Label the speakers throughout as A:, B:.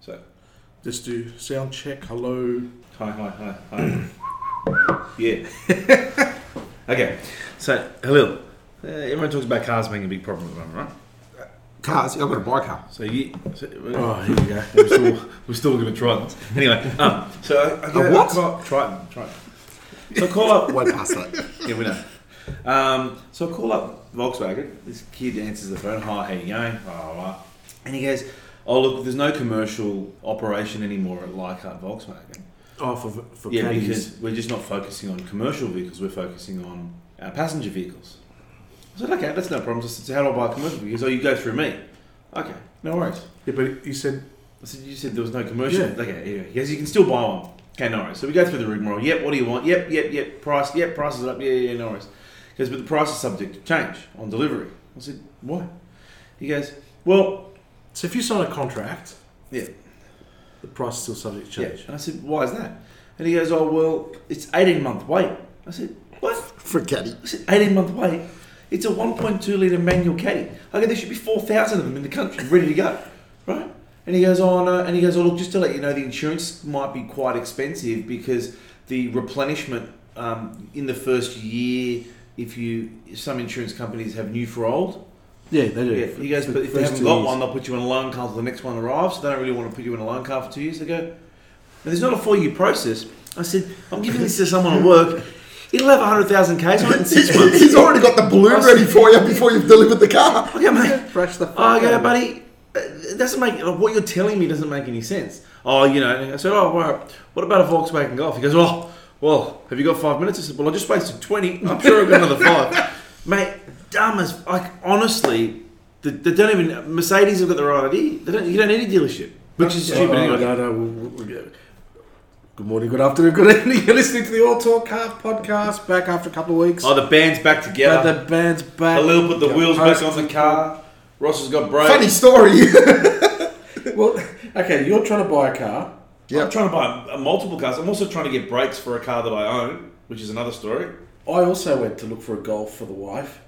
A: So,
B: Just do sound check. Hello.
A: hi, hi, hi, hi. yeah. okay. So, hello. Uh, everyone talks about cars being a big problem at the moment, right?
C: Cars. I've got to buy a car.
A: So, yeah. So, uh,
B: Oh, here we go.
A: we're still, we're still going to Tritons. Anyway, um, so I, I
C: A what?
A: I call up Triton, Triton. So I call up.
C: Way past that.
A: yeah, we know. Um, so I call up Volkswagen. This kid answers the phone. Hi, how you going? Blah, blah, blah. And he goes, "Oh look, there's no commercial operation anymore at Leichhardt Volkswagen.
B: Oh, for, for
A: yeah,
B: caddies.
A: because we're just not focusing on commercial vehicles. We're focusing on our passenger vehicles." I said, "Okay, that's no problem." I said, "So how do I buy a commercial?" Because "Oh, you go through me." Okay, no worries.
B: Yeah, but you said
A: I said, you said there was no commercial.
B: Yeah.
A: Okay, anyway. He goes, you can still buy one. Okay, no worries. So we go through the rigmarole. Yep, what do you want? Yep, yep, yep. Price, yep, price is up. Yeah, yeah, yeah, no worries. He goes, but the price is subject to change on delivery. I said, why? He goes, well,
B: so. If you sign a contract,
A: yeah,
B: the price is still subject to
A: yeah.
B: change.
A: And I said, why is that? And he goes, oh, well, it's 18 month wait. I said, what?
C: For a caddy.
A: I said, 18 month wait? It's a 1.2 litre manual caddy. I go, there should be 4,000 of them in the country ready to go, right? And he goes, oh no, and he goes, oh look, just to let you know, the insurance might be quite expensive because the replenishment um, in the first year, if you, if some insurance companies have new for old.
B: Yeah, they do.
A: Yeah. He goes,
B: For
A: but if
B: the
A: they
B: first
A: haven't
B: two
A: got
B: years.
A: one, they'll put you in a loan car until the next one arrives. So they don't really want to put you in a loan car for two years. They go, and there's not a four year process. I said, I'm giving this to someone at work. It'll have 100,000 Ks on it in six months.
C: He's already got the balloon ready for you before you've delivered the car.
A: Okay, mate.
C: Fresh the fuck
A: Oh, I go,
C: out.
A: buddy. uh, It doesn't make uh, what you're telling me doesn't make any sense. Oh, you know. And I said, oh, well, what about a Volkswagen Golf? He goes, oh, well, have you got five minutes? I said, well, I just wasted twenty. I'm sure I've got another five, mate. Dumb as like honestly, they, they don't even Mercedes have got the right idea. They don't. You don't need a dealership, which is
B: Oh,
A: stupid
B: oh,
A: anyway.
B: No, no, we'll, we'll- we'll get- Good morning, good afternoon, good evening. You're listening to the All Talk Car podcast. Back after a couple of weeks.
A: Oh, the band's back
B: But
A: together.
B: the band's back.
A: A little put the
B: Yeah,
C: Oh,
A: wheels back
B: post-
A: on the car. Ross has got brakes.
C: Funny story.
B: Well, okay, you're trying to buy a car.
A: I'm
C: yep.
A: trying to buy uh, multiple cars. I'm also trying to get brakes for a car that I own, which is another story.
B: I also went to look for a Golf for the wife,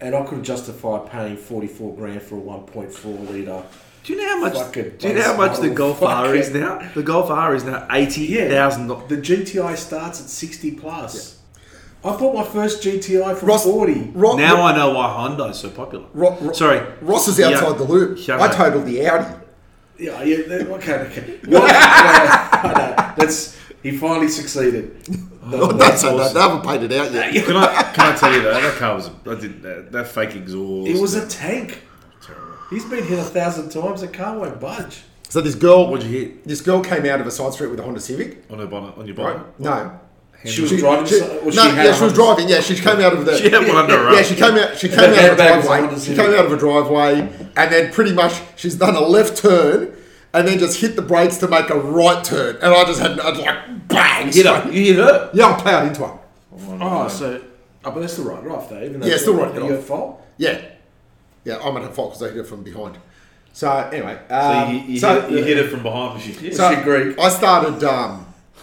B: and I could justify paying 44 grand for a 1.4 litre.
A: Do you know how much?
B: Fuck it,
A: do you know how much the
B: Buzzball,
A: Golf
B: fuck
A: R
B: it.
A: is now? The Golf R is now eighty thousand dollars.
B: The GTI starts at 60 plus. I bought my first GTI for
C: Ross-
B: 40.
C: Ro-
A: Now I know why Honda is so popular.
C: Ro- Ro-
A: Sorry,
C: Ross is outside
A: Yeah.
C: the loop.
A: Shut
C: I
A: up. Oh,
C: totaled the Audi.
B: Yeah, yeah, that- okay, okay. Well, yeah, I know. That's, he finally succeeded.
C: Oh, that's that. They haven't paid it out yet.
A: Can I can I tell you though that car was that did that, that fake exhaust.
B: It was a tank.
A: terrible.
B: He's been hit a thousand times. The car won't budge.
C: So this girl,
A: What'd you hit
C: this girl came out of a side street with a Honda Civic.
A: on her bonnet on your
C: Right?
A: bonnet?
C: No.
B: She was driving.
C: She,
B: so- or
C: no,
B: had
C: yeah,
B: a
C: she was
B: hundred-
C: driving. Yeah, she came out of the.
A: She had one under her
C: Yeah,
A: arm.
C: she came out. She came
B: Her
C: out of a
B: handbag was
C: driveway.
B: under
C: She
B: the-
C: came out of a driveway, and then pretty much she's done a left turn, and then just hit the brakes to make a right turn. And I just had, I'd like bang.
A: You hit her. You hit her.
C: Yeah, I plowed into her.
B: Oh, so oh, but that's still right off though. Even though
C: Yeah,
B: it's
C: still
B: not
C: writing it
B: your
C: off.
B: fault.
C: Yeah, yeah, I'm at her fault because I hit her from behind. So anyway,
A: So
C: um,
A: you, you,
C: so-
A: hit, you hit her from behind. but She
C: so
B: she Greek?
C: I started. Um,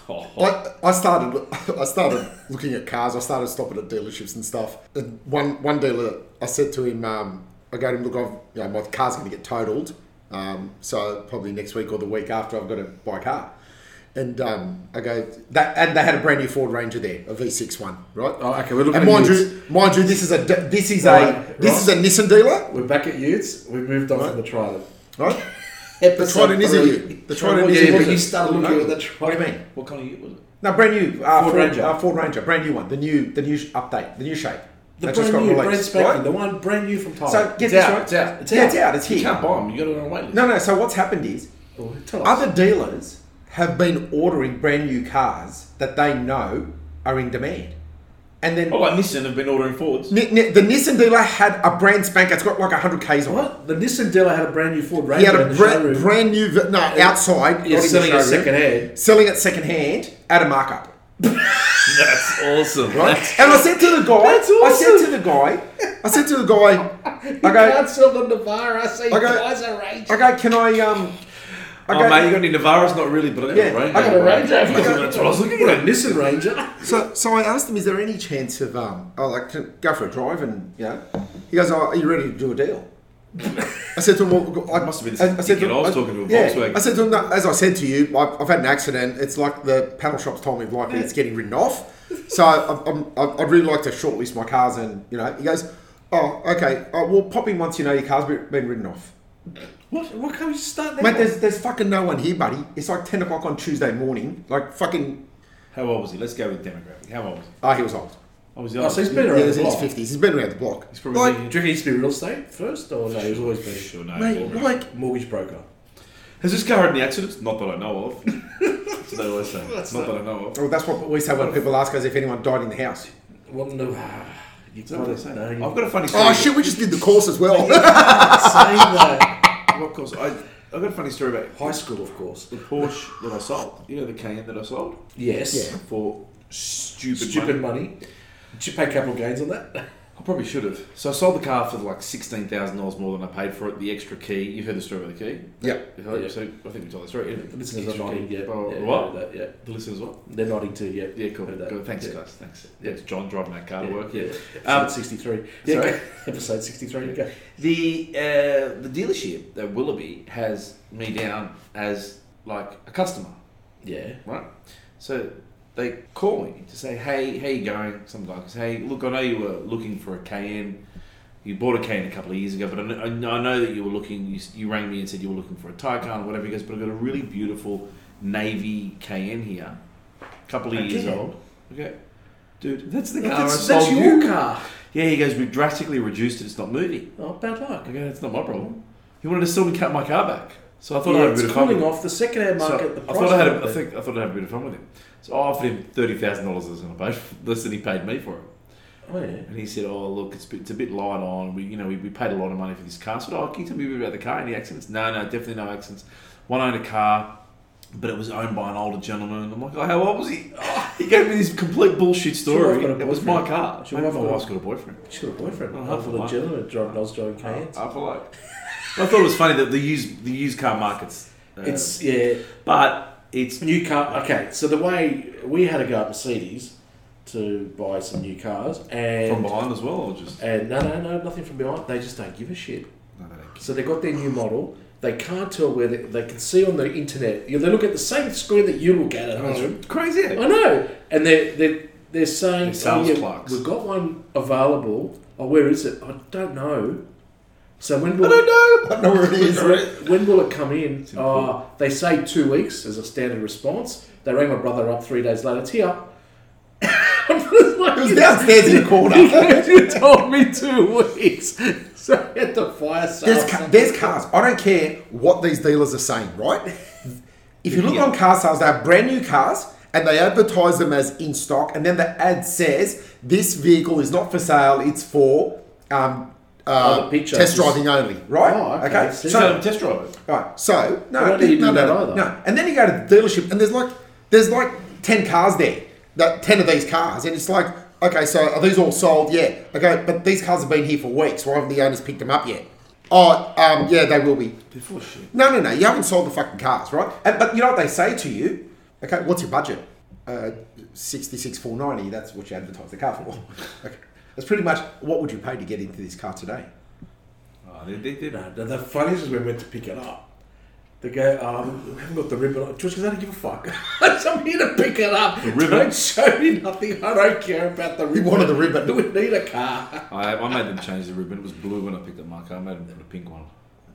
A: Oh,
C: Like I started, I started looking at cars. I started stopping at dealerships and stuff. And one one dealer, I said to him, um, I go to him, look, I've, you know, my car's going to get totaled, um, so probably next week or the week after, I've got to buy a car. And um, I go that, and they had a brand new Ford Ranger there, a V6 one, right?
B: Oh, okay, we're looking
C: And
B: at
C: mind
B: utes.
C: you, mind you, this is a d- this is a
B: Right,
C: this is a Nissan dealer,
B: We're back at Utes. We've moved on from the Trident.
C: right? the Trident is a U. The Trident
B: Yeah,
C: is a
B: but
C: U.
B: you started looking at the
C: What
B: Trident.
C: do you mean?
A: what kind of year was it?
C: No, brand new uh,
B: Ford
C: Ford,
B: Ranger.
C: Ranger. Uh, Ford Ranger, brand new one. The new, the new sh- update, the new shape.
B: The
C: That just
B: brand
C: got
B: new,
C: released,
B: brand spanking,
C: right?
B: the one brand new from Thailand.
C: So get this right.
B: It's out. It's
C: Yeah,
B: out.
C: it's out. It's
A: You
C: here.
A: can't buy them. You got to go on a wait list.
C: No, no. So what's happened is
B: Oh, tell us.
C: other dealers have been ordering brand new cars that they know are in demand, and then
A: Oh, like Nissan have been ordering Fords.
C: Ni- Ni- the Nissan dealer had a brand spanker. It's got like hundred k's on it.
B: What? The Nissan dealer had a brand new Ford Ranger
C: He had
B: in
C: a
B: the
C: brand,
B: showroom.
C: brand new, v- no, outside.
B: You're
C: not in the
B: selling it
C: showroom.
B: secondhand.
C: Selling it second hand at a markup.
A: That's awesome.
C: Right?
A: That's-
C: and I said to the guy,
B: That's
C: I said
B: awesome.
C: to the guy, I said to the guy, I
B: You
C: go,
B: can't sell the Navara. I say
C: I go-
B: guys are Ranger.
C: I go, can I, um, I
A: Oh,
C: go,
A: mate, you got any Navaras? Not really, but I got
C: Yeah,
A: a Ranger.
C: I got a
A: Ranger.
B: Ranger.
A: That's what I was looking
B: What
A: at.
B: a Nissan Ranger.
C: so, so I asked him, is there "Oh, any chance of, um, I like to go for a drive and, you know, he goes, oh, are you ready to do a deal? I said to him, well, I,
A: It must have been
C: I- I
A: this
C: said to
A: dickhead.
C: him-
A: I was talking to a
C: yeah,
A: Volkswagen.
C: I said to him, "No, as I said to you, I've, I've had an accident. It's like the panel shops told me likely it's getting written off. So I'm, I'm, I'd- I'd really like to shortlist my cars, and you know, he goes, oh, okay. Oh, well, pop in once you know your car's been, been written off.
B: What? Why can't we just start there?
C: Mate, there's there's fucking no one here, buddy. It's like ten o'clock on Tuesday morning. Like fucking,
A: How old was he? Let's go with demographic. How old was he?
C: oh, he was old.
A: Oh, was he
B: oh,
A: old?
B: so he's been
C: Yeah,
B: around
C: he's
B: the
C: in his
B: block.
C: fifties. He's been around the block.
A: He's probably
B: Do you reckon he used to be real estate first, or no? He's always been
A: sure, no,
C: Mate,
A: Aubrey.
C: like
B: mortgage broker.
A: Has this car had any accidents? Not that I know of. That's what they always say. Not that I know of.
C: Well, that's what we say when people ask us if anyone died in the house.
B: Well, no, you
A: Is that what they
B: wouldn't
A: say?
B: know.
A: I've
B: You
A: got a funny story.
C: Oh shit, we just did the course as well.
B: can't say
C: uh,
B: that.
A: What course? I, I've got a funny story about
B: High school, of course.
A: the Porsche that I sold. You know the Cayenne that I sold
B: Yes.
C: Yeah.
A: for stupid,
B: Stupid
A: money.
B: money. Did you pay capital gains on that?
A: I probably should have. So I sold the car for like sixteen thousand dollars more than I paid for it. The extra key. You heard the story about the key.
C: Yep.
A: You heard it?
B: Yeah.
A: So I think we told the story.
B: The listeners are
A: Extra
B: nodding.
A: key.
B: Yeah.
A: Oh,
B: yeah,
A: what?
B: That, yeah.
A: The listeners what?
B: They're nodding too. Yeah.
A: Yeah, cool.
B: Heard that.
A: Cool. Thanks,
B: Yeah.
A: guys. Thanks. Yeah, it's John driving that car
B: Yeah,
A: to work.
B: yeah.
A: Um,
B: Episode 63.
A: yeah,
B: Sorry. Episode 63. Okay.
A: The uh, the dealership at Willoughby has me down as like a customer,
B: Yeah.
A: right? So they call me to say, "Hey, how you going?" Some guy says, "Hey, look, I know you were looking for a KN. You bought a KN a couple of years ago, but I kn- I know, I know that you were looking. You, s- you rang me and said you were looking for a Taycan or whatever." He goes, "But I've got a really beautiful navy KN here, a couple of years
B: Again?
A: old." Okay, dude, that's the car
B: That's,
A: I
B: that's
A: sold
B: your
A: you.
B: car.
A: Yeah, he goes, "We drastically reduced it. It's not moving."
B: Oh, bad luck.
A: I go, that's not my problem. He wanted to sell me cut my car back. So I thought I
B: yeah,
A: had a bit
B: it's
A: of fun.
B: cooling
A: With him.
B: off the second-hand
A: So
B: market. the
A: I
B: price
A: thought I had. A, I
B: of it.
A: think I thought I had a bit of fun with him. So I offered him thirty thousand dollars as an paid less than he paid me for it.
B: Oh yeah.
A: And he said, "Oh look, it's a bit, it's a bit light on. We, you know, we, we paid a lot of money for this car. So oh, can you tell me a bit about the car? Any accidents? No, no, definitely no accidents. One owned a car, but it was owned by an older gentleman. I'm like, oh, how old was he? he gave me this complete bullshit
B: Sure,
A: story.
B: I've got a
A: it was my
B: boyfriend.
A: car.
B: Sure,
A: Maybe
B: I've
A: my
B: got a-
A: wife's got a boyfriend.
B: She's got a boyfriend.
A: Oh,
B: Oh, half a
A: half a life.
B: legitimate driving Oz driving cans.
A: Uh, I feel like I thought it was funny that the used the used car markets. uh,
B: It's yeah.
A: but it's
B: New car. Okay, so the way we had to go at Mercedes to buy some new cars, and
A: from behind as well, or just
B: and no, no, no, nothing from behind. They just don't give a shit.
A: no, they don't care.
B: So they got their new model. They can't tell where they, they can see on the internet. You know, they look at the same screen that you look at at home.
A: It's crazy.
B: I know, and they're they're, they're saying,
A: They're sales
B: oh, yeah,
A: clerks.
B: we've got one available. Oh, where is it? I don't know. So when
A: I
B: will
A: don't know.
C: I know where it is.
B: when will it come in?
A: in
B: Uh, they say two weeks as a standard response. They rang my brother up three days later. It's here.
C: It was downstairs in the corner.
B: you told me two weeks. So I had to fire
C: There's,
B: sales.
C: ca- there's cars. I don't care what these dealers are saying, right? If you look on car sales, they have brand new cars and they advertise them as in stock, and then the ad says this vehicle is not for sale; it's for um,
B: Oh,
C: uh,
B: the picture.
C: test driving only, right?
B: Oh, okay. See?
A: So
C: So,
A: test drive it.
C: right. So no,
B: Why don't you do
C: no, no,
B: that
C: no,
B: either?
C: no. And then you go to the dealership, and there's like there's like ten cars there, that ten of these cars, and it's like. Okay, so are these all sold? Yeah. Okay, but these cars have been here for weeks. Why haven't the owners picked them up yet? Oh, um, yeah, they will be.
A: Before shit.
C: No, no, no. You haven't sold the fucking cars, right? And, but you know what they say to you? Okay, what's your budget? Uh, sixty-six four ninety. That's what you advertise the car for. okay, that's pretty much what would you pay to get into this car today?
A: Oh, they, they, they,
B: No, the, the funniest is when we went to pick it up. They go, um, we haven't got the ribbon on. George goes, I don't give a fuck. I'm here to pick it up. The
A: ribbon?
B: Don't show me nothing. I don't care about the ribbon.
C: wanted the ribbon.
B: We need a car.
A: I, I made them change the ribbon. It was blue when I picked up my car. I made them put a pink one.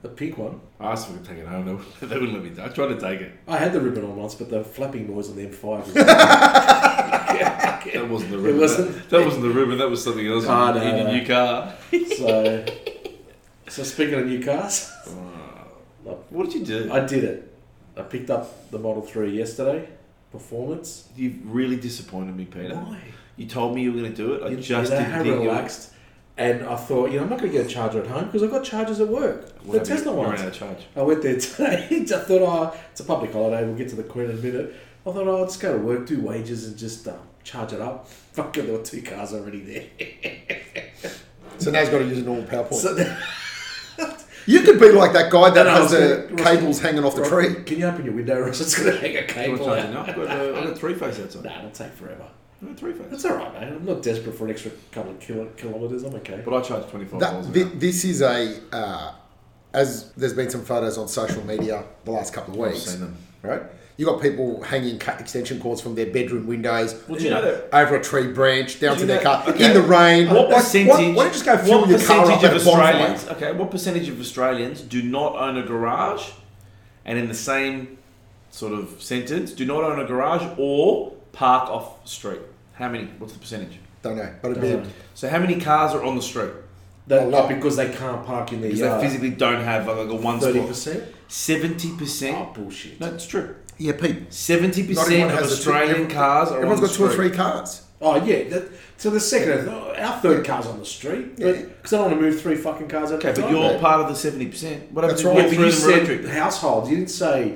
B: The pink one.
A: I asked if we could take it home. They wouldn't- They wouldn't let me. do it. I tried to take it.
B: I had the ribbon on once, but the flapping noise on the M5 was. Yeah,
A: That
B: yeah.
A: wasn't the ribbon.
B: wasn't-
A: that, that wasn't the ribbon. That was something else.
B: Ah,
A: in
B: no,
A: your
B: no.
A: new car.
B: so, so, speaking of new cars,
A: What did you do?
B: I did it. I picked up the Model 3 yesterday, performance.
A: You've really disappointed me, Peter. You told me you were going to do it. I
B: You,
A: just
B: you know
A: didn't
B: how
A: think you were-
B: relaxed. And I thought, you know, I'm not going to get a charger at home because I've got chargers at work.
A: Whatever,
B: the Tesla
A: you ran
B: ones.
A: out of charge.
B: I went there today. I thought, oh, it's a public holiday. We'll get to the Queen in a minute. I thought, oh, I'll just go to work, do wages, and just uh, charge it up. Fucking, there were two cars already there.
C: So now he's got to use a normal PowerPoint.
B: So
C: you could be like that guy
B: No,
C: that
B: no,
C: has
B: I was
C: the
B: gonna-
C: cables hanging off the
B: Ross,
C: tree.
B: Can you open your window, Ross? It's going to hang a
A: You want
B: cable
A: charging
B: out.
A: up? I've got, uh, I've got three face outside.
B: Nah, it'll take forever.
A: I've got three face.
B: That's all right, mate. I'm not desperate for an extra couple of kilo- kilometres. I'm okay.
A: But I charge twenty five
C: That,
A: dollars.
C: thi- this is a uh, as there's been some photos on social media the last couple of weeks,
B: seen them.
C: right? You got people hanging cut extension cords from their bedroom windows
A: Well, do you know that-
C: over a tree branch down
A: Do
C: to
A: you
C: their
A: know-
C: car
A: okay.
C: in the rain.
A: What percentage?
C: Why, why don't you just go fuel
A: what
C: your car up
A: percentage
C: at
A: of
C: a bonfire?
A: Australians? Okay, what percentage of Australians do not own a garage, and in the same sort of sentence, do not own a garage or park off street? How many? What's the percentage?
C: Don't know, but it'd
B: Don't
C: be
B: know.
A: So how many cars are on the street
B: That,
C: A lot.
B: like, because they can't park in their
A: because
B: yard.
A: they physically don't have like a one
B: Thirty
A: spot?
B: percent.
A: Seventy percent.
B: Oh bullshit.
A: No, it's true.
C: yeah, Pete.
A: Seventy
C: Not everyone
A: percent of
C: has a two-
A: Australian
C: every-
A: cars are
C: Everyone's
A: on the
C: got two or
A: street.
C: three cars.
B: Oh yeah. That, so the second, our third car's on the street, because
C: Yeah.
B: I don't want to move three fucking cars. at a
A: Okay, but
B: time.
A: you're
C: mate.
A: part of the seventy percent. What happens if
C: That's
A: you
C: right.
A: get
B: But
A: through
B: you
A: the
B: said
A: electric?
B: households. You didn't say.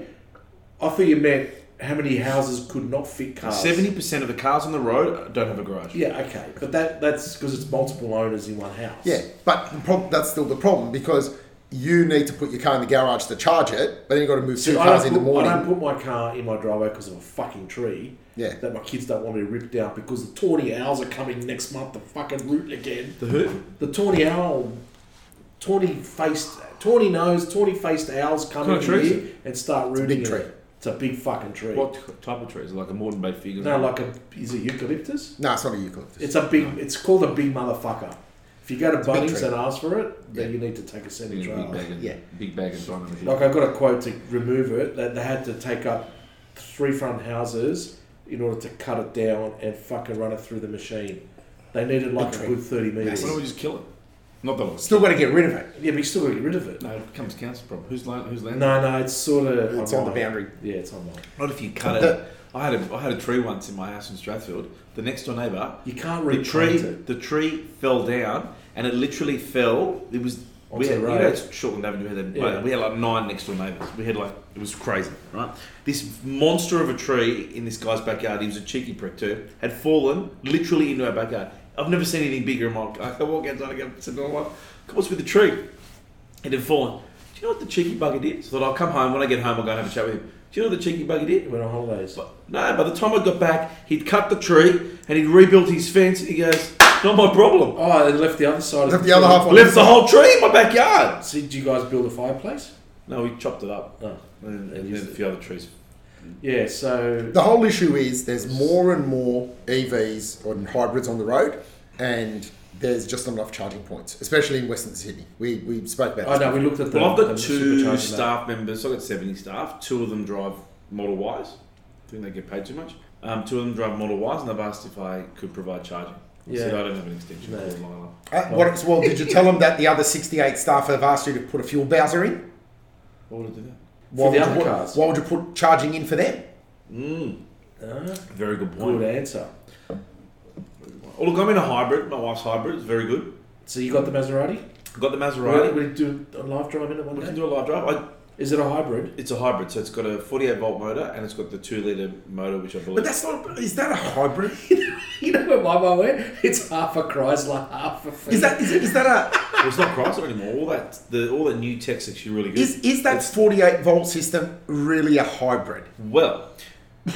B: I thought you meant how many houses could not fit cars.
A: Seventy percent of the cars on the road don't have a garage.
B: Yeah. Okay. But that that's because it's multiple owners in one house.
C: Yeah, but the prob- that's still the problem because you need to put your car in the garage to charge it, but then you've got to move two
B: I
C: cars
B: don't
C: in the
B: put- I don't
C: morning.
B: put my car in my driveway because of a fucking tree.
C: Yeah.
B: That my kids don't want me to rip down because the tawny owls are coming next month to fucking root again.
A: The who?
B: The tawny owl, tawny faced, tawny nose, tawny faced owls come
A: Kind
B: in
A: of tree is
B: here and start rooting.
C: big
B: in
C: tree.
B: it. It's a big fucking tree.
A: What type of trees? Like a Moreton Bay fig? or
B: No, like a is it eucalyptus?
C: No, it's not a eucalyptus.
B: It's a big. It's called a big motherfucker. If you go to
C: big
B: Bunnings
C: tree.
B: and ask for it, then
C: Yeah.
B: you need to take a
A: Big
B: semi trailer.
A: bag and
C: Yeah.
A: big bag and diamond.
B: Like I got a quote to remove it that they had to take up three front houses in order to cut it down and fucking run it through the machine. They needed like
C: Big
B: a
C: tree.
B: good thirty
A: Why
B: meters.
A: don't we just kill it? Not that one.
C: still got to get rid of it.
B: Yeah, but you still got to get rid of it.
A: No, it becomes council problem. Who's land? Who's land?
B: No, no, it's sort of
C: It's on the boundary.
B: Yeah, it's online.
A: Not if you cut it.
C: That-
A: I had a I had a tree once in my house in Strathfield. The next door neighbour,
B: You can't
A: the tree
B: replant it.
A: the tree fell down and it literally fell. It was we
B: Onto
A: had,
B: the
A: you know,
B: road.
A: it's Shortland Avenue had that,
B: Yeah.
A: we had like nine next door neighbours. We had like it was crazy, right? This monster of a tree in this guy's backyard. He was a cheeky prick too. Had fallen literally into our backyard. I've never seen anything bigger in my. I walk outside and go, "It's another one." What's with the tree? It had fallen. Do you know what the cheeky bugger did? So I thought I'll come home when I get home. I'll go and have a chat with him. Do you know what the cheeky bugger did?
B: It went on holidays.
A: But no, by the time I got back, he'd cut the tree and he'd rebuilt his fence. And he goes, "Not my problem."
B: Oh, they left the other side.
C: Left
B: of
C: the other half
A: I
C: on
A: left the whole tree in my backyard.
B: So, did you guys build a fireplace?
A: No, we chopped it up
B: No.
A: and, and there's a few other trees.
B: Yeah. So
C: The whole issue is there's more and more EVs and hybrids on the road, and there's just not enough charging points, especially in Western Sydney. We, we spoke about
B: I
C: this.
B: know we looked at the.
A: Well, I've got
B: the
A: two
B: supercharger
A: staff members. So I've got seventy staff. Two of them drive Model Ys. I think they get paid too much. Um, two of them drive Model Ys, and they've asked if I could provide charging. I said,
B: Yeah.
A: I don't have an extension
B: No.
A: cord line up.
C: Uh, what, well, did you tell them that the other 68 staff have asked you to put a fuel bowser in?
A: Why would I do
C: Why,
B: For the
C: would,
B: other
C: you put,
B: cars.
C: why would you put charging in for them?
A: that? Mm,
B: Ah,
A: very good point.
B: good answer.
A: Oh, look, I'm in a hybrid. My wife's hybrid. It's very good.
B: So you got the Maserati?
A: Got the
B: Right.
A: Maserati.
B: We do a live drive in it one
A: We can
B: day.
A: do a live drive. I,
B: Is it a hybrid?
A: It's a hybrid, so it's got a 48 volt motor and it's got the 2 litre motor, which I
C: But
A: believe.
C: that's not. Is that a hybrid?
B: You know where my mum went? It's half a Chrysler, half a.
C: Is that is, is that a
A: Well, it's not Chrysler anymore. All that the all that new tech's actually really good.
C: Is is that 48 volt system really a hybrid?
A: well,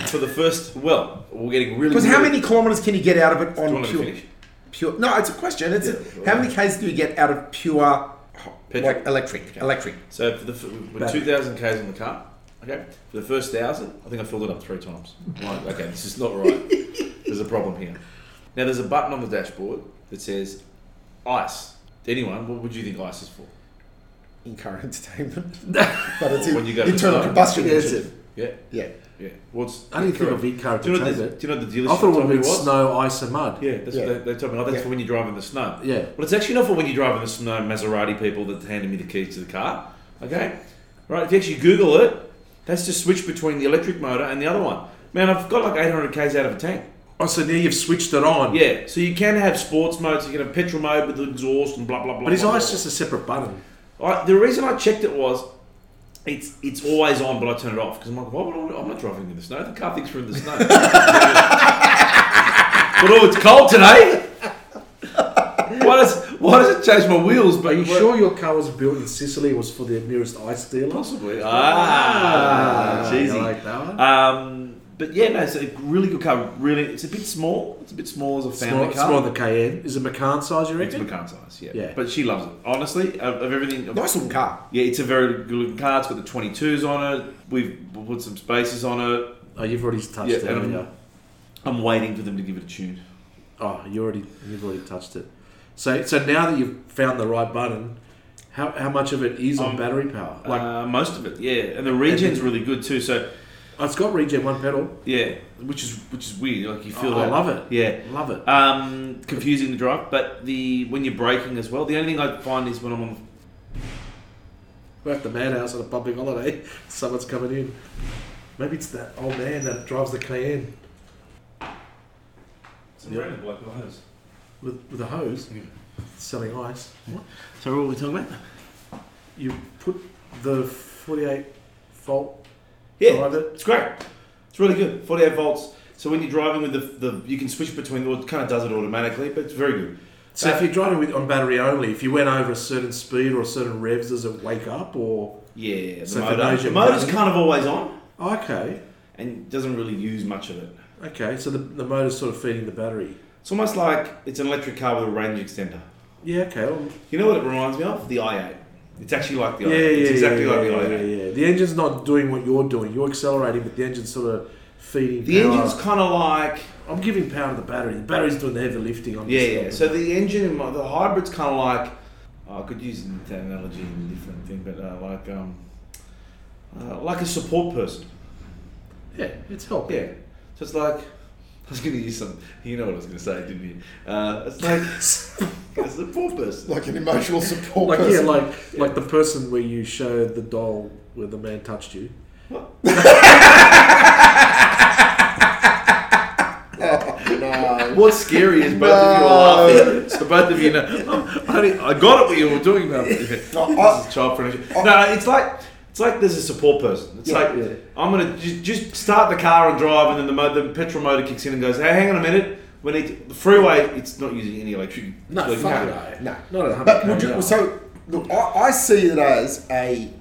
A: for the first, well, we're getting really.
C: Because how
A: really-
C: many kilometers can you get out of it
A: Do you
C: on
A: want me to
C: pure?
A: finish?
C: Pure. No, it's a question. It's
A: Yeah,
C: a, how many k's do you get out of pure
A: Petrol.
C: like electric? Electric.
A: So for the f- with
B: Battery.
A: 2,000 k's on the car, okay. For the first thousand, I think I filled it up three times. Right, okay, this is not right. There's a problem here. Now there's a button on the dashboard that says ice. Anyone, what would you think ice is for?
C: In car entertainment. but it's in,
A: When you go to
C: internal
A: the-
C: combustion
B: Yeah, it's
C: engine.
A: Yeah,
C: Yeah.
A: yeah. What's
B: I didn't think of it car
A: Do you know what the, do you know the dealership
B: I thought it
A: told me
B: would be
A: was?
B: snow, ice, and mud.
A: Yeah, that's
C: Yeah.
A: What they, they told me. Oh, that's
C: Yeah.
A: for when you drive in the snow.
B: Yeah.
A: Well, it's actually not for when you drive in the snow. Maserati people that handed me the keys to the car. Okay, right. If you actually Google it, that's to switch between the electric motor and the other one. Man, I've got like 800 k's out of a tank.
B: Oh, so now you've switched it on.
A: Yeah, so you can have sports mode, so you can have petrol mode with the exhaust and blah blah blah.
B: But is
A: blah,
B: ice
A: blah.
B: just a separate button?
A: I, the reason I checked it was, it's it's always on, but I turn it off because I'm like, why would I, I'm not driving in the snow. The car thinks we're in the snow. but oh, it's cold today. why does why does it change my wheels? But
B: Are you sure your car was built in Sicily? It was for the nearest ice dealer?
A: Possibly. Ah, cheesy.
B: I like that one.
A: Um, But yeah, no, it's a really good car. Really, it's a bit small. It's a bit small as a
B: It's more,
A: family
B: it's
A: car.
B: more the Cayenne. Is it McCann size, you
A: It's
B: reckon?
A: McCann size, yeah.
B: Yeah.
A: But she loves it. Honestly, of, of everything. Of,
C: Nice looking car.
A: Yeah, it's a very good looking car. It's got the 22s on it. We've put some spaces on it.
B: Oh, you've already touched
A: Yeah,
B: it.
A: and-
B: haven't you?
A: I'm waiting for them to give it a tune.
B: Oh, you already you've already touched it. So so now that you've found the right button, how, how much of it is on
A: Um,
B: battery power? Like
A: uh, most of it, yeah. And the regen's really good too. So
B: oh, it's got regen one pedal.
A: yeah, which is which is weird. Like you feel
B: Oh, I
A: that.
B: love it.
A: Yeah.
B: Love it.
A: Um, confusing to drive, but the when you're braking as well. The only thing I find is when I'm on.
B: We're at the madhouse on a public holiday. Someone's coming in. Maybe it's that old man that drives the Cayenne
A: Some
B: Yeah.
A: random bloke behind us.
B: with, with a hose selling ice. What?
A: So what are we talking about?
B: You put the 48 volt
A: Yeah,
B: drive it.
A: It's great. It's really good. 48 volts. So when you're driving with the, the you can switch between. Well, it kind of does it automatically, but it's very good.
B: So
A: Uh,
B: if you're driving with, on battery only, if you went over a certain speed or a certain revs, does it wake up or?
A: Yeah. The
B: So for
A: motor.
B: those
A: The
B: you're
A: motor's
B: running-
A: kind of always on
B: Okay,
A: and doesn't really use much of it.
B: okay. So the, the motor's sort of feeding the battery.
A: It's almost like it's an electric car with a range extender.
B: Yeah, okay. well,
A: You know what it reminds me of? The i8. It's actually like the
B: yeah,
A: i8.
B: yeah,
A: it's exactly
B: yeah,
A: like the i8.
B: yeah, yeah, yeah. The engine's not doing what you're doing. You're accelerating, but the engine's sort of feeding.
A: The
B: power.
A: engine's kind of like
B: I'm giving power to the battery. The battery's doing the heavy lifting. I'm
A: yeah,
B: just
A: yeah.
B: not-
A: So the engine, in my, the hybrid's kind of like oh, I could use that analogy in a different thing, but uh, like um, uh, like a support person.
B: yeah, it's helping.
A: Yeah. So it's like I was going to use some. You know what I was going to say, didn't you? Uh, it's like a support person.
C: Like an emotional support
B: Like yeah,
C: person.
B: like like the person where you showed the doll where the man touched you.
C: no.
A: What's scary is both of you are laughing. So both of you know. "Oh, honey, I got it. What you were talking about. this
C: No, I-
A: is child friendly. No, it's like it's like there's a support person. It's
C: Yeah,
A: like
B: Oh. yeah.
A: I'm gonna just, just start the car and drive, and then the, mo- the petrol motor kicks in and goes. Hey, hang on a minute. We need to-" the freeway. It's not using any electric.
B: No,
A: electric
B: fuck
A: power.
B: no,
C: no.
B: not at 100
C: But would you,
B: no.
C: so look, I, I see it as a,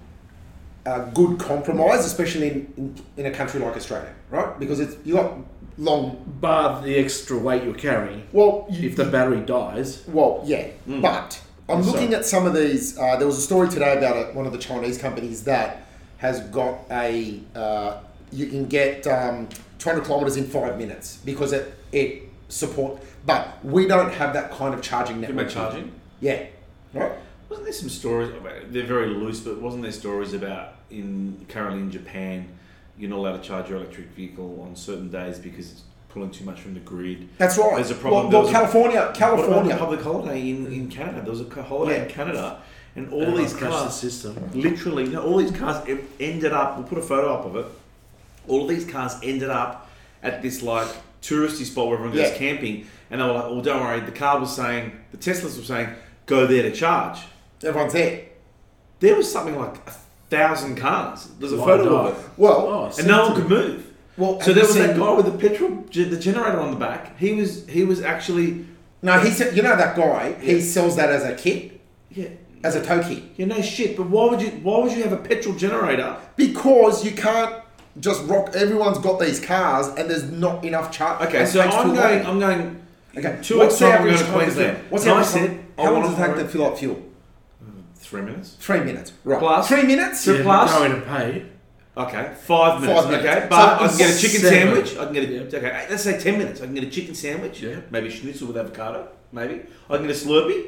C: a good compromise, especially in, in, in a country like Australia, right? Because it's you got long.
B: bar the extra weight you're carrying.
C: Well, you,
B: If the battery dies,
C: Well, yeah,
A: Hmm.
C: but I'm
B: So-
C: looking at some of these. Uh, there was a story today about a, one of the Chinese companies that has got a. Uh, you can get um, 200 kilometers in five minutes because it it support, but we don't have that kind of charging
A: Talking about
C: network.
A: charging.
C: Yeah, right.
A: Wasn't there some stories? about- They're very loose, but wasn't there stories about in currently in Japan, you're not allowed to charge your electric vehicle on certain days because it's pulling too much from the grid.
C: That's right.
A: There's a problem.
C: Well, well,
A: There was
C: California,
A: a, what about the
C: California.
A: public holiday in, in Canada? There was a ca- holiday in
C: Yeah.
A: Canada, and all
B: and
A: these
B: I'll crash the
A: cars,
B: system.
A: literally, no, all these cars em- ended up. We'll put a photo up of it. All of these cars ended up at this like touristy spot where everyone goes
C: Yeah.
A: camping, and they were like, "Oh, don't worry." The car was saying, the Teslas were saying, "Go there to charge."
C: Everyone's there.
A: there was something like a thousand cars. There's a
B: Why
A: photo
B: not?
A: of it,
C: Well,
B: Oh,
A: and no
B: see-
A: one could move.
C: well.
A: So there was that
C: seen-
A: guy with the petrol, ge- the generator on the back. He was he was actually
C: No, he said. You know that guy. He sells that as a kit,
A: yeah
C: as a toe kit.
A: yeah no shit. But why would you why would you have a petrol generator?
C: Because you can't just rock. Everyone's got these cars, and there's not enough charge.
A: Okay, so I'm going I'm going
C: Okay,
A: two weeks
C: what's the
A: time we're
C: average
A: going to
C: time to fill?
A: Queensland.
C: What's the
A: And I
C: average
A: said,
C: time?
A: I
C: How long
A: want
C: does it take
A: to-
C: to fill up fuel?
A: Three minutes.
C: Three minutes, right?
A: Plus-
C: three minutes.
A: So
B: Yeah,
A: plus-
B: go in and pay.
A: Okay, five minutes.
C: Five minutes.
A: Okay,
C: So
A: but I
C: it's
A: can get a chicken
B: seven.
A: sandwich. I can get a
B: Yeah.
A: okay. Let's say ten minutes. I can get a chicken sandwich.
B: Yeah.
A: Maybe schnitzel with avocado. Maybe I can get a Slurpee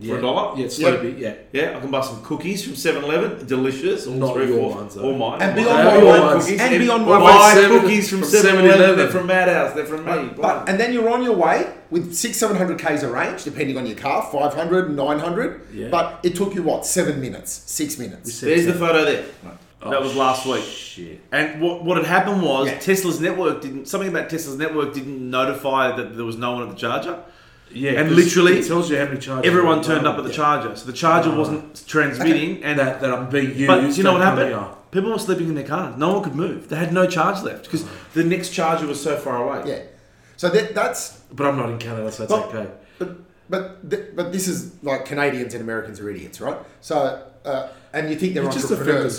B: Yeah.
A: for a dollar.
B: Yeah,
C: Yeah.
B: slowly, yeah.
A: Yeah, I can buy some cookies from 7-Eleven. Delicious. All
B: Not
A: three,
B: your
A: four,
B: ones,
A: All
B: though.
A: mine.
C: And
A: Mine.
C: beyond
A: They
C: my
A: all
B: ones.
A: cookies.
C: And beyond
A: Well,
C: my
A: buy
B: ones.
A: cookies from
B: From
A: 7-Eleven.
B: 7-Eleven.
A: They're from Madhouse. They're from me.
C: But, and then you're on your way with six, seven hundred k's of range, depending on your car, 500, 900.
B: Yeah.
C: But it took you what? Seven minutes, six
B: We
C: minutes.
B: said
A: There's the
B: ten.
A: photo there. that
B: Oh,
A: was last week.
B: Shit.
A: And what, what had happened was
C: Yeah.
A: Tesla's network didn't something about Tesla's network didn't notify that there was no one at the charger.
B: Yeah,
A: And
B: 'cause
A: literally,
B: it tells you how many charges.
A: Everyone
B: are
A: turned up at the
B: available.
A: charger, so the charger
B: Ah.
A: wasn't transmitting. And
B: that that I'm being used.
A: But you know what
B: don't come
A: happened?
C: uh,
A: People were sleeping in their cars. No one could move. They had no charge left because the next charger was so far away.
C: Ah. Yeah. So that, that's
B: here. But I'm not in Canada, so it's
C: Well-
B: okay.
C: But but th- but this is like Canadians and Americans are idiots, right? So uh, and you think they're
B: It just
C: entrepreneurs.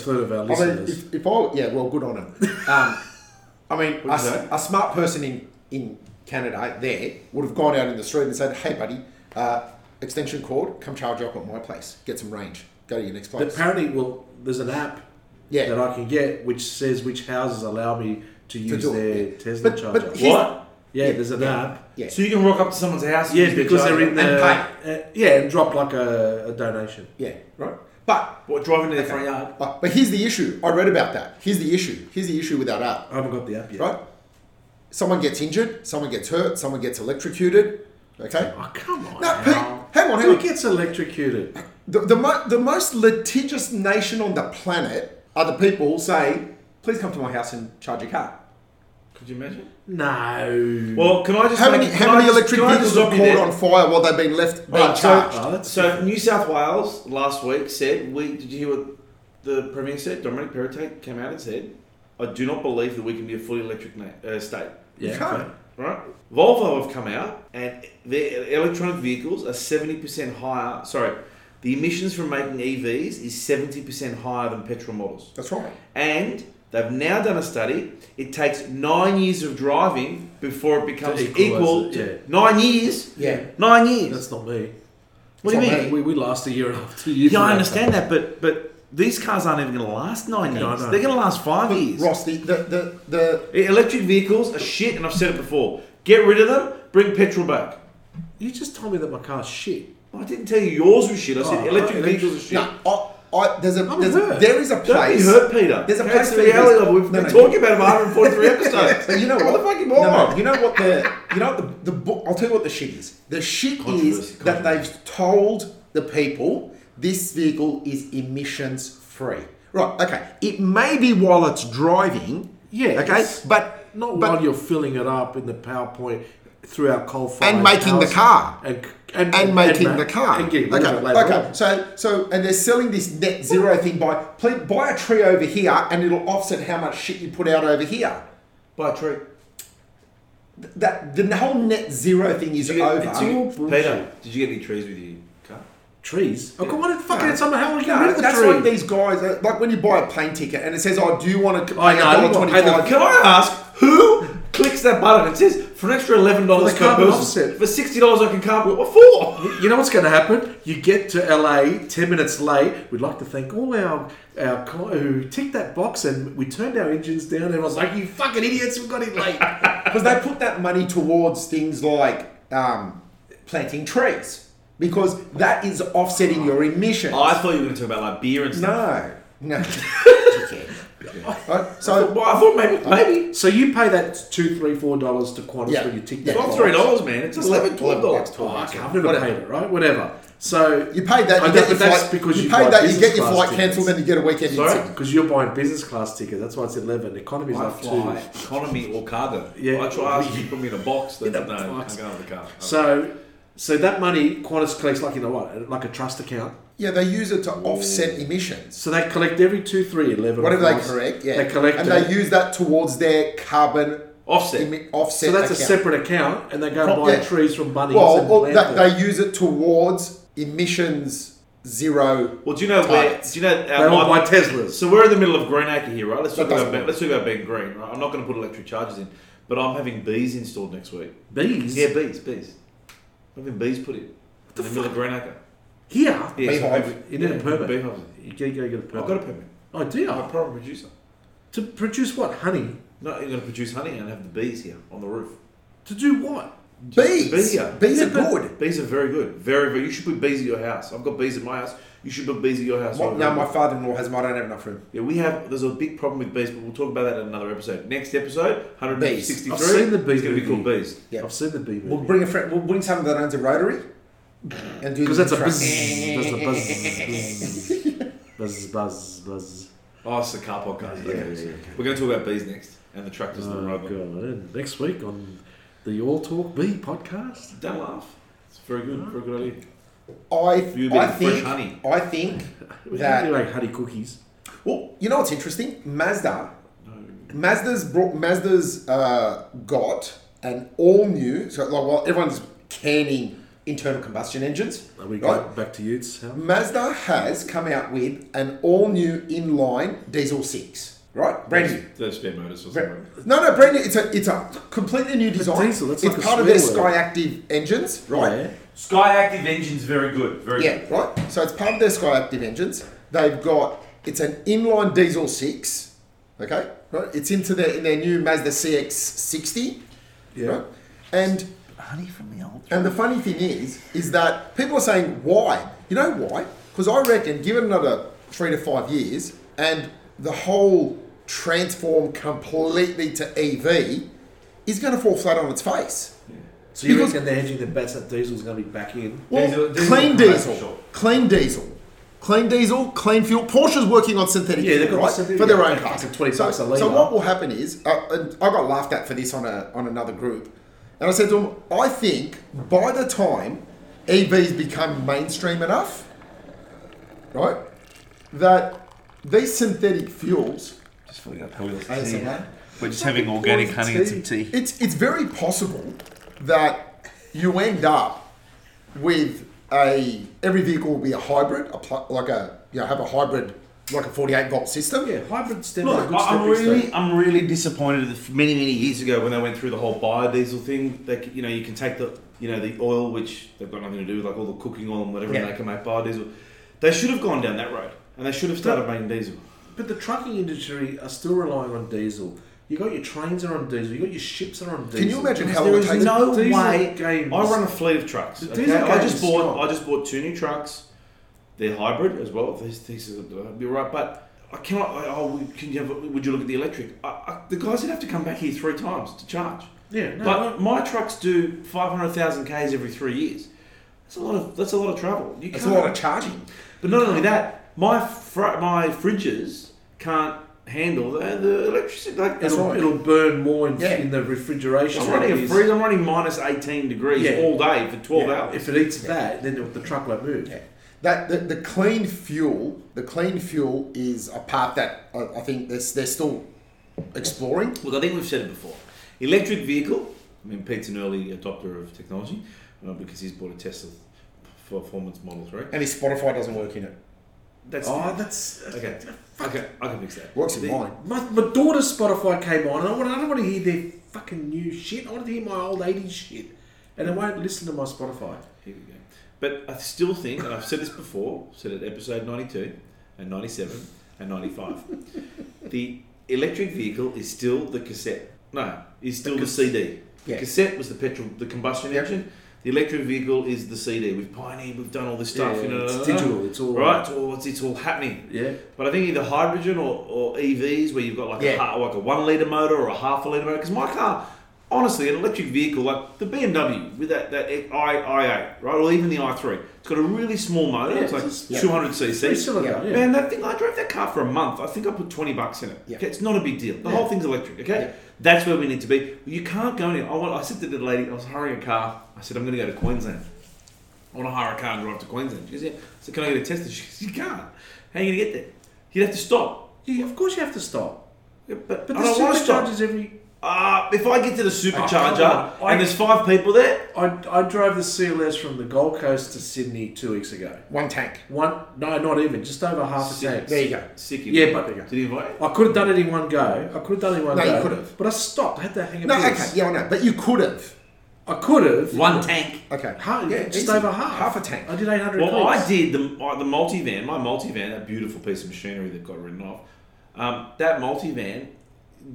B: offends a third of our
C: I mean,
B: listeners.
C: if, if I yeah, well, good on them. Um, I mean, a,
A: What'd you say?
C: a smart person in, in Canada there would have gone out in the street and said, hey, buddy, uh, extension cord, come charge up at my place, get some range, go to your next place.
B: Apparently, well, there's an app
C: Yeah.
B: that I can get which says which houses allow me to use
C: do it,
B: their
C: yeah.
B: Tesla
C: But-
B: charger.
C: but here's-
A: What?
B: yeah, there's an app.
C: yeah.
A: So you can rock up to someone's house. and
B: Yeah,
A: use their
B: because they're
A: charger?
B: in the uh, yeah, and drop like a, a donation.
C: Yeah, right. But,
A: What driving to their front yard?
C: but but here's the issue. I read about that. Here's the issue. Here's the issue with that app.
B: I haven't got the app yet.
C: Right? Someone gets injured. Someone gets hurt. Someone gets electrocuted. Okay.
B: Oh come on!
C: No,
B: Al.
C: Pete, hang on, hang
B: Who
C: on.
B: gets electrocuted?
C: The, the, mo- the most litigious nation on the planet are the people saying, please come to my house and charge your car.
A: Could you imagine?
B: No.
A: Well, can I just
C: How
A: make-
C: many,
A: can
C: how
A: I
C: many
A: just-
C: electric
A: can I
C: vehicles
A: just
C: are
A: stop you there?
C: caught on fire while they've been left being
A: Right, so-
C: charged?
B: Oh, that's
A: So New South Wales last week said we did you hear what the premier said? Dominic Perrottet came out and said, "I do not believe that we can be a fully electric na- uh, state."
B: yeah.
C: You can't.
A: Right? Volvo have come out and their electronic vehicles are seventy percent higher. Sorry, the emissions from making EVs is seventy percent higher than petrol models,
C: That's right.
A: and they've now done a study. It takes nine years of driving before it becomes
B: equalise
A: equal
B: it,
A: to
B: yeah.
A: nine years.
C: Yeah.
A: Nine years.
B: That's not me.
A: What do you
C: not
A: mean?
C: me.
B: We, we last a year and a half, two years.
A: Yeah, I
B: for
A: understand that, but but these cars aren't even going to last nine
B: Yeah, I
A: years.
B: know.
A: They're going to last five years.
C: Ross, the, the, the, the,
A: E- Electric vehicles are shit, and I've said it before. Get rid of them. Bring petrol back.
B: You just told me that my car's shit.
A: I didn't tell you yours was shit. I said
B: Oh,
A: electric
B: electric-
A: vehicles are shit.
C: no, I, I, there's a,
B: I'm
C: there's a
B: hurt.
C: there is a
A: Don't
C: place.
A: be hurt, Peter.
C: There's a
A: That's
C: place
A: the
C: for
A: reality
C: this.
A: of it. We've
C: No,
A: been
C: no,
A: talking about it for 143 episodes.
C: But you know
A: I'm
C: what?
A: a fucking
C: No, no,
A: moron.
C: you know what the you know what the the book. I'll tell you what the shit is. The shit
A: Controversy,
C: is that they've told the people this vehicle is emissions free. Right. Okay. It may be while it's driving.
B: Yeah,
C: Okay.
B: it's
C: But
B: Not
C: but
B: while you're filling it up in the PowerPoint throughout coal fire
C: And making the car.
B: and
C: and, making
B: ma-
C: the car.
B: and getting rid
C: okay,
B: of it later
C: okay.
B: on.
C: So, so, and they're selling this net zero thing by please buy a tree over here, and it'll offset how much shit you put out over here.
A: By a tree.
C: Th- That the whole net zero thing is
A: Did you get-
C: over.
A: did you-
B: It's all
A: Peter,
B: bullshit.
A: did you get any trees with you? car?
B: trees. Oh, come on, fucking
C: No.
B: it's somehow we get
C: No,
B: rid of the
C: that's
B: tree.
C: like these guys. uh, Like when you buy a plane ticket and it says, "I do you want to pay
B: I know,
C: a dollar
B: you want to pay the-
C: twenty-five?
A: Can I ask who clicks that button? It says for an extra eleven dollars
B: For the
A: per
B: carbon
A: person.
B: offset.
A: For sixty dollars, I can carpool. What for?
B: You know what's going to happen? You get to LA 10 minutes late. We'd like to thank all our, our cli- who ticked that box and we turned our engines down. And I was like, you fucking idiots, we got in late.
C: Because they put that money towards things like um, planting trees, because that is offsetting your emissions.
A: Oh, I thought you were going to talk about like beer and stuff.
C: no, no. Right,
A: So,
C: so
A: well, I thought maybe maybe
B: so you pay that two, three, four dollars to Qantas
C: Yeah.
B: when you tick
C: Yeah.
B: that
A: not
B: box.
A: three dollars, man. It's eleven, twelve dollars.
C: bucks,
B: Oh,
C: 12 bucks,
B: okay,
C: yeah.
B: I've never
C: Whatever.
B: paid it, right? Whatever. So
C: You paid that,
B: I
C: you
B: know,
C: get
B: but
C: your
B: that's
C: flight.
B: because
C: you,
B: you
C: paid
B: buy
C: that, you
B: business
C: get your
B: class
C: flight
B: tickets.
C: cancelled, then you get a weekend in
A: Sorry?
C: Sydney.
B: because you're buying business class tickets, that's why it's eleven. Economy is
A: I
B: like
A: fly
B: two.
A: economy or cargo.
B: Yeah.
A: I try asking you to put me in a box. Then
B: In a
A: no, I
B: box.
A: can't go in the car.
B: So, so that money Qantas collects like you know what, like a trust account.
C: Yeah, they use it to offset emissions.
B: So they collect every two, three, eleven.
C: Whatever they
B: accounts.
C: correct, yeah.
B: They collect
C: and
B: it.
C: they use that towards their carbon
A: Offset.
C: emi- offset.
B: so that's a
C: account.
B: separate account, and they go and
C: Pro-
B: buy
C: yeah.
B: trees from Bunnings
C: Well,
B: and
C: or
B: plant
C: that,
B: them.
C: they use it towards emissions zero.
A: Well, do you know where?
C: Targets.
A: Do you know
B: They
A: our,
B: all
A: my,
B: buy Teslas.
A: So we're in the middle of Green Acre here, right? Let's talk
C: That
A: about
C: doesn't work.
A: let's talk about being green, right? I'm not going to put electric chargers in, but I'm having bees installed next week.
B: Bees
A: Yeah, bees, bees. I'm having bees put in in the middle of Green Acre.
B: here.
A: Yeah, so
C: Beehive.
A: I've-
B: You need a permit.
A: Beehives.
B: You go go get a
A: I've got a
B: permit.
A: permit.
B: Oh, do you?
A: I'm a private producer.
B: To produce what honey?
A: No, you're going to produce honey and have the bees here on the roof.
B: To do what?
C: Bees.
A: Bees,
C: Bees,
A: yeah.
C: are good.
A: Bees are very good. Very, very. You should put bees at your house. I've got bees at my house. You should put bees at your house.
C: My,
A: Well,
C: no, my father-in-law has. Mine. I don't have enough room.
A: yeah, we have. There's a big problem with bees, but we'll talk about that in another episode. Next episode, 163.
B: I've seen the bee
A: It's going to be called
B: movie.
A: bees.
C: Yeah.
B: I've seen the bee movie.
C: We'll bring a friend. We'll bring someone that owns a rotary. And do
B: Because
C: the
B: that's a
C: track.
B: buzz. That's a buzz. Buzz, buzz, buzz. buzz.
A: Oh, it's the car podcast.
B: Yeah,
A: okay.
B: yeah, yeah.
A: We're going to talk about bees next and the tractors and the
B: Oh,
A: rubber.
B: God. Next week on the All Talk B podcast.
A: Don't laugh. It's very good. Very good idea. You'll
C: I,
A: be
C: I
A: fresh
C: think.
A: honey.
C: I think
B: We
C: that
B: can do like honey cookies.
C: Well, you know what's interesting? Mazda.
A: No.
C: Mazda's brought Mazda's uh, got an all new. So like, well, everyone's canning internal combustion engines.
B: Are we
C: right?
B: going back to Utes? huh?
C: Mazda has come out with an all new inline diesel six.
A: right? Brand new.
D: The spare motors or
A: Bra-
D: something.
C: No, no, brand new. It's a it's a completely new design.
B: diesel, that's
C: it's
B: like a
C: part of their
B: swear word.
C: Sky Active engines, right?
B: Right.
D: Sky Active engine's very good. Very
C: Yeah, right. So it's part of their Sky Active engines. They've got it's an inline diesel six. Okay, right. It's into their in their new Mazda CX60.
B: Yeah.
C: Right? And
A: Honey from the old.
C: and the funny thing is, is that people are saying why? You know why? Because I reckon, give it another three to five years, and the whole transform completely to EV is going to fall flat on its face.
B: So you
C: Because-
B: reckon they're hedging their bets that diesel's going to be back in?
C: Well,
D: Diesel- diesel
C: clean
D: will come back
C: diesel,
D: for sure.
C: clean diesel, clean diesel, clean fuel. Porsche's working on synthetic
B: Yeah, they've
C: fuel,
B: got
C: right?
B: synthetic-
C: for their
B: yeah,
C: own
B: fucking
C: cars.
B: 20
C: so,
B: bucks a litre.
C: so what will happen is, uh, and I got laughed at for this on a on another group, and I said to them, I think by the time EVs become mainstream enough, right, that these synthetic fuels
A: Just filling up Hill's
C: ASMR.
A: We're just having
B: organic honey and some
A: tea.
C: It's it's very possible that you end up with a every vehicle will be a hybrid, a pl- like a you know have a hybrid like a forty eight volt system.
B: Yeah, hybrid stem.
A: Look, I'm really, I'm really disappointed. That many, many years ago, when they went through the whole biodiesel thing, they, c- you know, you can take the, you know, the oil, which they've got nothing to do with, like all the cooking oil and whatever, and
B: Yeah.
A: they can make biodiesel. They should have gone down that road, and they should have started making diesel.
B: But the trucking industry are still relying on diesel. You got your trains are on diesel. You got your ships are on diesel.
C: Can you imagine how
A: There
C: long it
A: is
C: takes?
A: no
B: Diesel
A: way.
B: games.
A: I run a fleet of trucks.
B: The
A: Okay?
B: diesel
A: I
B: games
A: just bought.
B: stop.
A: I just bought two new trucks. They're hybrid as well. These things will be right, but I cannot. I- Oh, we- can you have? a- Would you look at the electric? I, I, the guys would have to come back here three times to charge.
B: Yeah, no,
A: but my trucks do five hundred thousand k's every three years. That's a lot of. That's a lot of travel. You
C: It's a
A: can't-
C: lot of charging.
A: but not only that, my fr- my fridges can't handle the, the electricity. Like
B: it'll,
C: right.
B: it'll burn more in,
C: Yeah.
B: in the refrigeration.
A: I'm
B: than
A: running
B: it
A: a
B: is-
A: freeze. I'm running minus eighteen degrees
B: Yeah.
A: all day for twelve
B: Yeah,
A: hours.
B: If it eats that, then the, the truck won't move.
C: Yeah. That the, the clean fuel, the clean fuel is a part that I, I think they're, they're still exploring.
A: Look, I think we've said it before. Electric vehicle. I mean, Pete's an early adopter of technology uh, because he's bought a Tesla Performance Model Three.
C: And his Spotify doesn't work in it.
A: That's
B: Oh, that's
A: okay. Okay, I can fix that.
C: Works in
A: The-
C: mine.
B: My, my daughter's Spotify came on, and I, want, I don't want to hear their fucking new shit. I want to hear my old 80s shit. And I won't listen to my Spotify.
A: Here we go. But I still think, and I've said this before, said it episode ninety-two and ninety-seven and ninety-five. the electric vehicle is still the cassette. No, is still the, CD.
C: Yeah.
A: Cassette was the petrol, the combustion engine. The electric vehicle is the CD. We've pioneered. We've done all this stuff.
B: Yeah,
A: you know,
B: it's
A: blah, blah, blah.
B: digital. It's all
A: Right, it's all, it's, it's all happening.
B: Yeah.
A: But I think either hydrogen or, or EVs, where you've got like
C: Yeah.
A: a ha- like a one liter motor or a half a liter motor. Because my car, honestly, an electric vehicle like the BMW with that that i i eight, right, or even the i three, it's got a really small motor.
B: Yeah,
A: it's like
B: it's
C: just-
A: two hundred
B: Three
A: cc.
B: cylinder.
C: Yeah.
B: Yeah.
A: Man, that thing I drove that car for a month. I think I put twenty bucks in it.
C: Yeah.
A: Okay, it's not a big deal. The
B: Yeah.
A: whole thing's electric. Okay,
C: Yeah.
A: that's where we need to be. You can't go in. I want. I said to the lady, I was hiring a car. I said I'm going to go to Queensland. I want to hire a car and drive to Queensland. She goes, yeah. I said, can I get a Tesla? She goes, you can't. How are you going to get there? You'd have to stop.
B: Yeah, Of course, you have to stop.
A: Yeah, but,
B: But
A: I
B: the
A: don't want to stop.
B: superchargers every.
A: Ah, if I get to the supercharger
B: Oh, I-
A: and there's five people there,
B: I, I drove the CLS from the Gold Coast to Sydney two weeks ago.
C: One tank.
B: One, no, not even, just over half a tank.
C: There you go.
A: sick. of
B: Yeah,
A: you.
B: but-
A: did he invite? you?
B: I could have done it in one go. I could have done it in one
C: No, you
B: go.
C: could've.
B: But I stopped. I had to hang a
C: No,
B: piss.
C: okay, yeah, I know, but you could have.
B: I could have.
A: One tank.
C: Okay,
B: Half,
C: Yeah,
B: just
C: easy.
B: over half.
C: half a tank.
B: I did 800
A: Well,
B: clicks.
A: I did the uh, the multivan. My multivan, that beautiful piece of machinery that got written off. Um, that multivan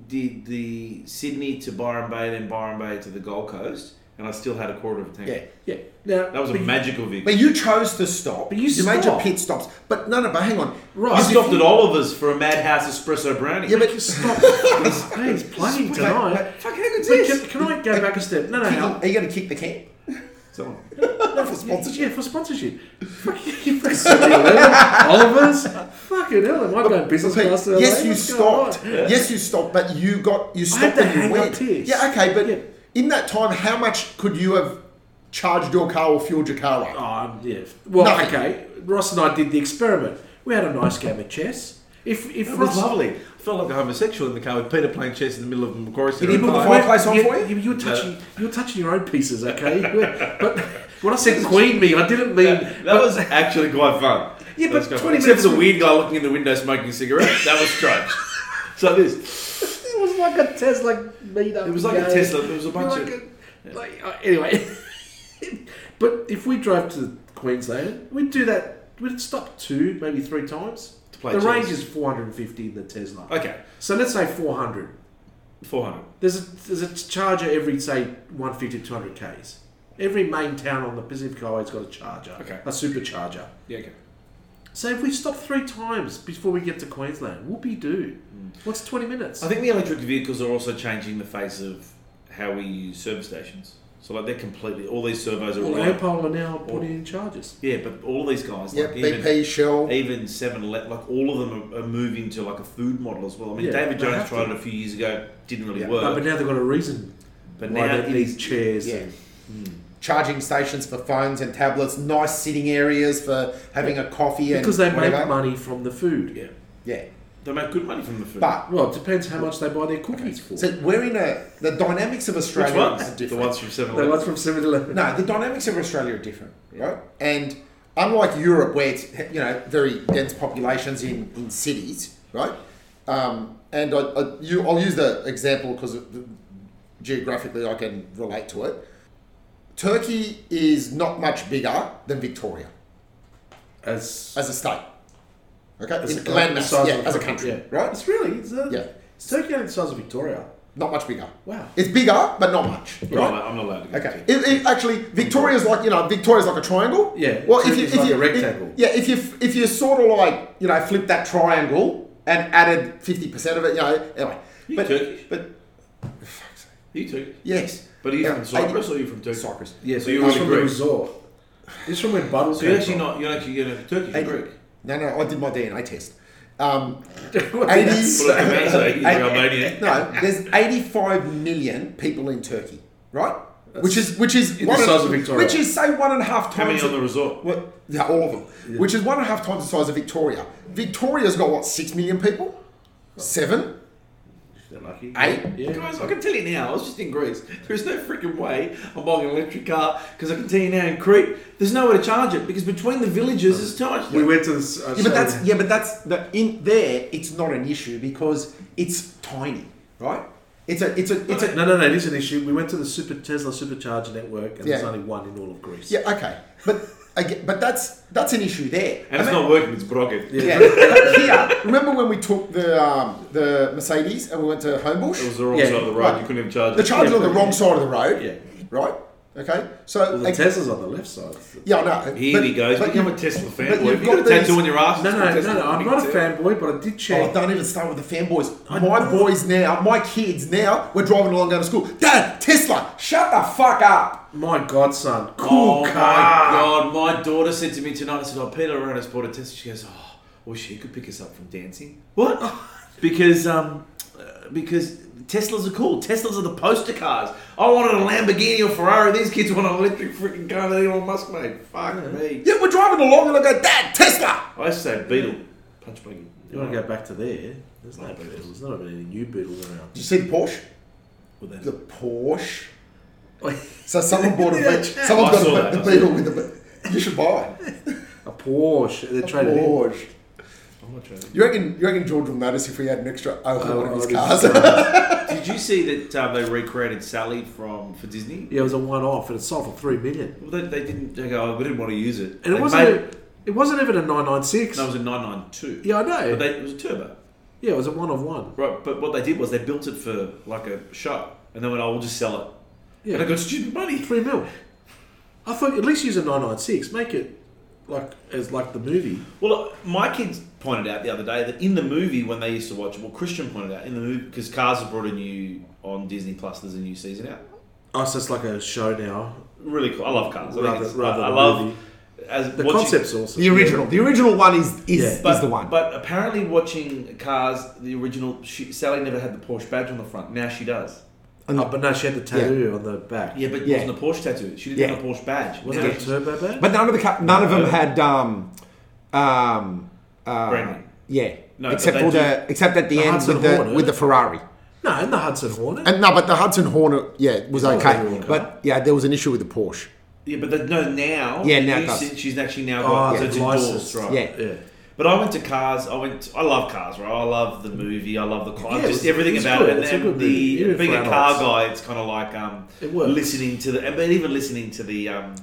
A: did the Sydney to Byron Bay, then Byron Bay to the Gold Coast, and I still had a quarter of a tank.
C: Yeah.
B: Yeah. Now,
A: That was a
B: but you-
A: magical vehicle.
C: But you chose to stop.
B: But you
C: made your
B: stopped.
C: pit stops. But no, no. But hang on.
B: Right.
A: I
B: Because if
A: stopped at Oliver's for a Madhouse espresso brownie.
C: Yeah, but
B: Stop. He's- hey, He's playing tonight.
C: but-
A: fucking how good's
B: But
A: this?
B: can, can I go back a step? No, no,
C: Kicking-
B: no.
C: are you going to kick the can?
A: Someone-
C: No, for sponsorship.
B: Yeah, for sponsorship. Fucking 7-Eleven, Oliver's. Fucking hell, am I going business
C: Pete,
B: class? to
C: yes,
B: LA?
C: you
B: What's going
C: stopped.
B: on?
C: Yes, you stopped. But you got you
B: had
C: stopped
B: to
C: and
B: hang
C: you
B: up
C: went.
B: tears.
C: Yeah, okay. But
B: Yeah.
C: in that time, how much could you have charged your car or fueled your car
B: Oh,
C: up?
B: I'm- yeah. Well,
C: Nothing.
B: okay. Ross and I did the experiment. We had a nice game of chess. If if
A: It
B: Ross,
A: was lovely. I felt like a homosexual in the car with Peter playing chess in the middle of Macquarie Centre.
C: Did he put the
B: But-
C: fireplace on
B: you,
C: for you?
B: You, were touching, you were touching your own pieces, okay? You were- but when I said queen me, I didn't mean.
A: That was actually quite fun.
B: Yeah,
A: That was
B: but
A: quite
B: 20
A: Except for the
B: minutes-
A: weird guy looking in the window smoking a cigarette. That was strange.
E: It's like this.
B: It was like a Tesla meetup.
E: It was like a
B: game.
E: Tesla. There was a bunch
B: like
E: of.
B: a- like, uh, anyway, but if we drove to Queensland, we'd do that. We'd stop two, maybe three times.
E: To play
B: the
E: chess.
B: range is 450 in the Tesla.
E: Okay,
B: So let's say 400.
E: 400.
B: There's a, there's a charger every, say, 150, 200 Ks. Every main town on the Pacific Highway's got a charger,
E: Okay.
B: a supercharger.
E: Yeah, okay.
B: So if we stop three times before we get to Queensland, whoopee doo. What's 20 minutes?
A: I think the electric vehicles are also changing the face of how we use service stations. So like they're completely all these servos are all
B: well, Opal are now
A: Or-
B: putting in chargers.
A: yeah, but all these guys
C: Yep,
A: like even
C: BP, Shell.
A: even Seven Eleven, like all of them are, are moving to like a food model as well. I mean,
B: Yeah,
A: David
B: they have
A: Jones tried
B: to.
A: it a few years ago, didn't really
E: Yeah,
A: work.
B: No, but now they've got a reason
A: but
B: why
A: now
B: they
A: it
B: need
A: is
B: chairs.
C: Yeah.
B: and-
C: Hmm. Charging stations for phones and tablets, nice sitting areas for having a coffee and
B: Because they make
C: whatever.
B: money from the food.
A: yeah,
C: Yeah,
A: they make good money from the food.
C: but
B: Well, it depends how much they buy their cookies for.
C: so we're in a the dynamics of
A: Which
C: Australia
A: ones?
C: are
A: The
C: different.
A: ones from Seven
B: the ones
A: Eleven.
B: from 7 Eleven.
C: No, the dynamics of Australia are different, right? And unlike Europe, where it's you know very dense populations in, in cities, right? Um, and I, I, you, I'll use the example because geographically I can relate to it. Turkey is not much bigger than Victoria
B: As,
C: as a state. Okay,
B: as
C: In
B: a- the
C: landmass,
B: size
C: yeah,
B: of
C: as a country,
B: yeah.
C: right?
B: It's really, it's, uh,
C: Yeah.
B: it's Turkey only the size of Victoria.
C: Not much bigger.
B: Wow.
C: It's bigger, but not much.
A: I'm not allowed- I'm not allowed to go.
C: Okay. It, it, actually, Victoria's like you know, Victoria's like a triangle.
B: Yeah,
C: Well, if you,
B: Victoria's
C: if
B: like
C: you
B: a
C: if-
B: rectangle.
C: yeah, if you if you sort of like you know flip that triangle and added fifty percent of it, you know, anyway.
A: You
C: but
A: Turkish?
C: but
A: You too.
C: yes,
A: But are you
C: Yeah,
A: from Cyprus
C: I-
A: or are you from Turkey?
C: Cyprus.
B: Yeah,
A: So you're
B: he's
A: on
B: from
A: the
B: the
A: Greek.
B: resort. He's from where Buttles
A: So you're actually not. You're actually you're not Turkish. You're
C: Eighty-
A: Greek.
C: No, no, I did my DNA test. Um,
B: not.
C: 80s.
A: Well, if you say you're
C: Eight-
A: Albanian.
C: no, there's eighty-five million people in Turkey, right? which is which is
B: the size of Victoria.
C: Which is say one and a half times.
A: How many on
C: the-
A: the resort?
C: What? Yeah, all of them. Which is one and a half times the size of Victoria. Victoria's got what six million people, seven,
B: They're lucky.
C: eight.
B: Yeah.
E: Guys, I can tell you now, I was just in Greece. There's no freaking way I'm buying an electric car because I can tell you now in Crete, there's nowhere to charge it because between the villages, there's too much.
B: We went to this. Uh,
C: Yeah, but that's yeah, but that's the, in there. It's not an issue because it's tiny, right? It's a it's a it's a
B: no, no, no. It is an issue. We went to the Super Tesla Supercharger network, and there's
C: Yeah.
B: only one in all of Greece.
C: yeah. Okay, but again, but that's that's an issue there.
A: And
C: I
A: it's
C: mean-
A: not working. It's broken.
C: Yeah, but here. Remember when we took the um, the Mercedes and we went to Homebush?
A: It was the wrong
B: Yeah.
A: side of the road.
C: Right.
A: You couldn't even charge
C: the
A: it.
C: charger
B: Yeah,
C: on the
B: but-
C: wrong side of the road.
B: Yeah.
C: Right. Okay. So
B: Well, the
C: ag-
B: Tesla's on the left side.
C: yeah, I know.
A: Here
C: but,
A: he goes.
C: But
A: Become
C: you-
A: a Tesla
C: but
A: fanboy.
C: you've
A: If you got a
C: got these-
A: tattoo on your ass,
B: No,
A: it's called
B: no,
A: Tesla.
B: no, no. I'm
A: You
B: not a
A: can tell.
B: fanboy, but I did check.
C: Oh, don't even start with the fanboys. My boys now, my kids now, we're driving along going to school. Dad, Tesla, shut the fuck up.
B: My godson,
A: Oh
B: cool
A: my
B: car.
A: god! My daughter said to me tonight. I said, "Oh, Peter Aronis has bought a Tesla." She goes, "Oh, well, she could pick us up from dancing."
E: What? because um, uh, because Teslas are cool. Teslas are the poster cars. I wanted a Lamborghini or Ferrari. These kids want an electric freaking car that Elon Musk made. Fuck me.
C: Yeah, we're driving along and I go, Dad, Tesla.
A: I say Beetle, punch buggy.
B: You want to go back to there? There's no Beatles. There's not even any new Beatles
C: Did
B: around.
C: you see the Porsche?
A: With that.
C: The Porsche. So someone bought a
B: Yeah,
C: Beetle. Someone's
A: I saw
C: got a,
A: that,
C: the
A: I saw
C: Beetle with the. You should buy it.
B: A Porsche. They're traded in.
C: Porsche.
A: I'm not trying to-
C: You reckon? You reckon George will notice if we had an extra over one of his
B: Oh,
C: cars?
A: Did you see that um, they recreated Sally from for Disney?
B: Yeah, it was a one-off, and it sold for three million.
A: Well, they, they didn't. They go, oh, we didn't want to use it.
B: And it
A: They
B: wasn't.
A: made-
B: A, it wasn't even a nine nine six.
A: No, it was a 992.
B: Yeah, I know.
A: But they, it was a turbo.
B: yeah, it was a one of one.
A: Right, but what they did was they built it for like a show, and they went, "Oh, we'll just sell it."
B: Yeah,
A: And I got stupid money.
B: three mil. I thought at least use a nine nine six. Make it like as like the movie.
A: Well, my kids pointed out the other day that in the movie when they used to watch it, well, Christian pointed out in the movie because Cars have brought a new on Disney Plus. There's a new season out.
B: Oh, so it's like a show now.
A: Really cool. I love Cars. I, think
B: Rather,
A: it's-
B: rather
A: I, I
B: than
A: love
B: movie.
A: as
B: the
A: watching-
B: concept's awesome.
C: the original. The original one is is,
B: Yeah.
C: is
A: But,
C: the one.
A: but apparently, watching Cars, the original, she, Sally never had the Porsche badge on the front. Now she does.
B: Oh, but no, she had the tattoo on the back.
A: Yeah, but it
C: Yeah.
A: wasn't a Porsche tattoo. She didn't
C: Yeah.
A: have a Porsche badge.
B: Wasn't it a turbo back?
C: But none of the ca- none of them had um, um, uh,
A: Branding.
C: Yeah.
A: No,
C: except
A: but they
C: for the except at the,
B: The
C: end
B: Hudson
C: with the
B: Hornet.
C: with the Ferrari.
B: No, and the Hudson Hornet.
C: And no, but the Hudson Hornet, yeah,
B: It's
C: was
B: not a
C: okay.
B: real car.
C: But yeah, there was an issue with the Porsche.
A: Yeah, but the, no, now.
C: Yeah, now
A: you
C: it does.
A: see- She's actually now
B: Oh,
A: got
B: yeah.
A: it's
B: License.
A: endorsed, right?
C: Yeah.
B: yeah.
A: But But I went to Cars. I went. I love Cars, right? I love the movie. I love the car.
B: Yeah, it
A: just
B: was-
A: everything
B: it was
A: about
B: good.
A: it. And,
B: It's a
A: and
B: good movie,
A: the
B: even
A: being
B: for
A: a car
B: adults.
A: guy, it's kind of like um,
B: It works.
A: listening to the, but even listening to the um,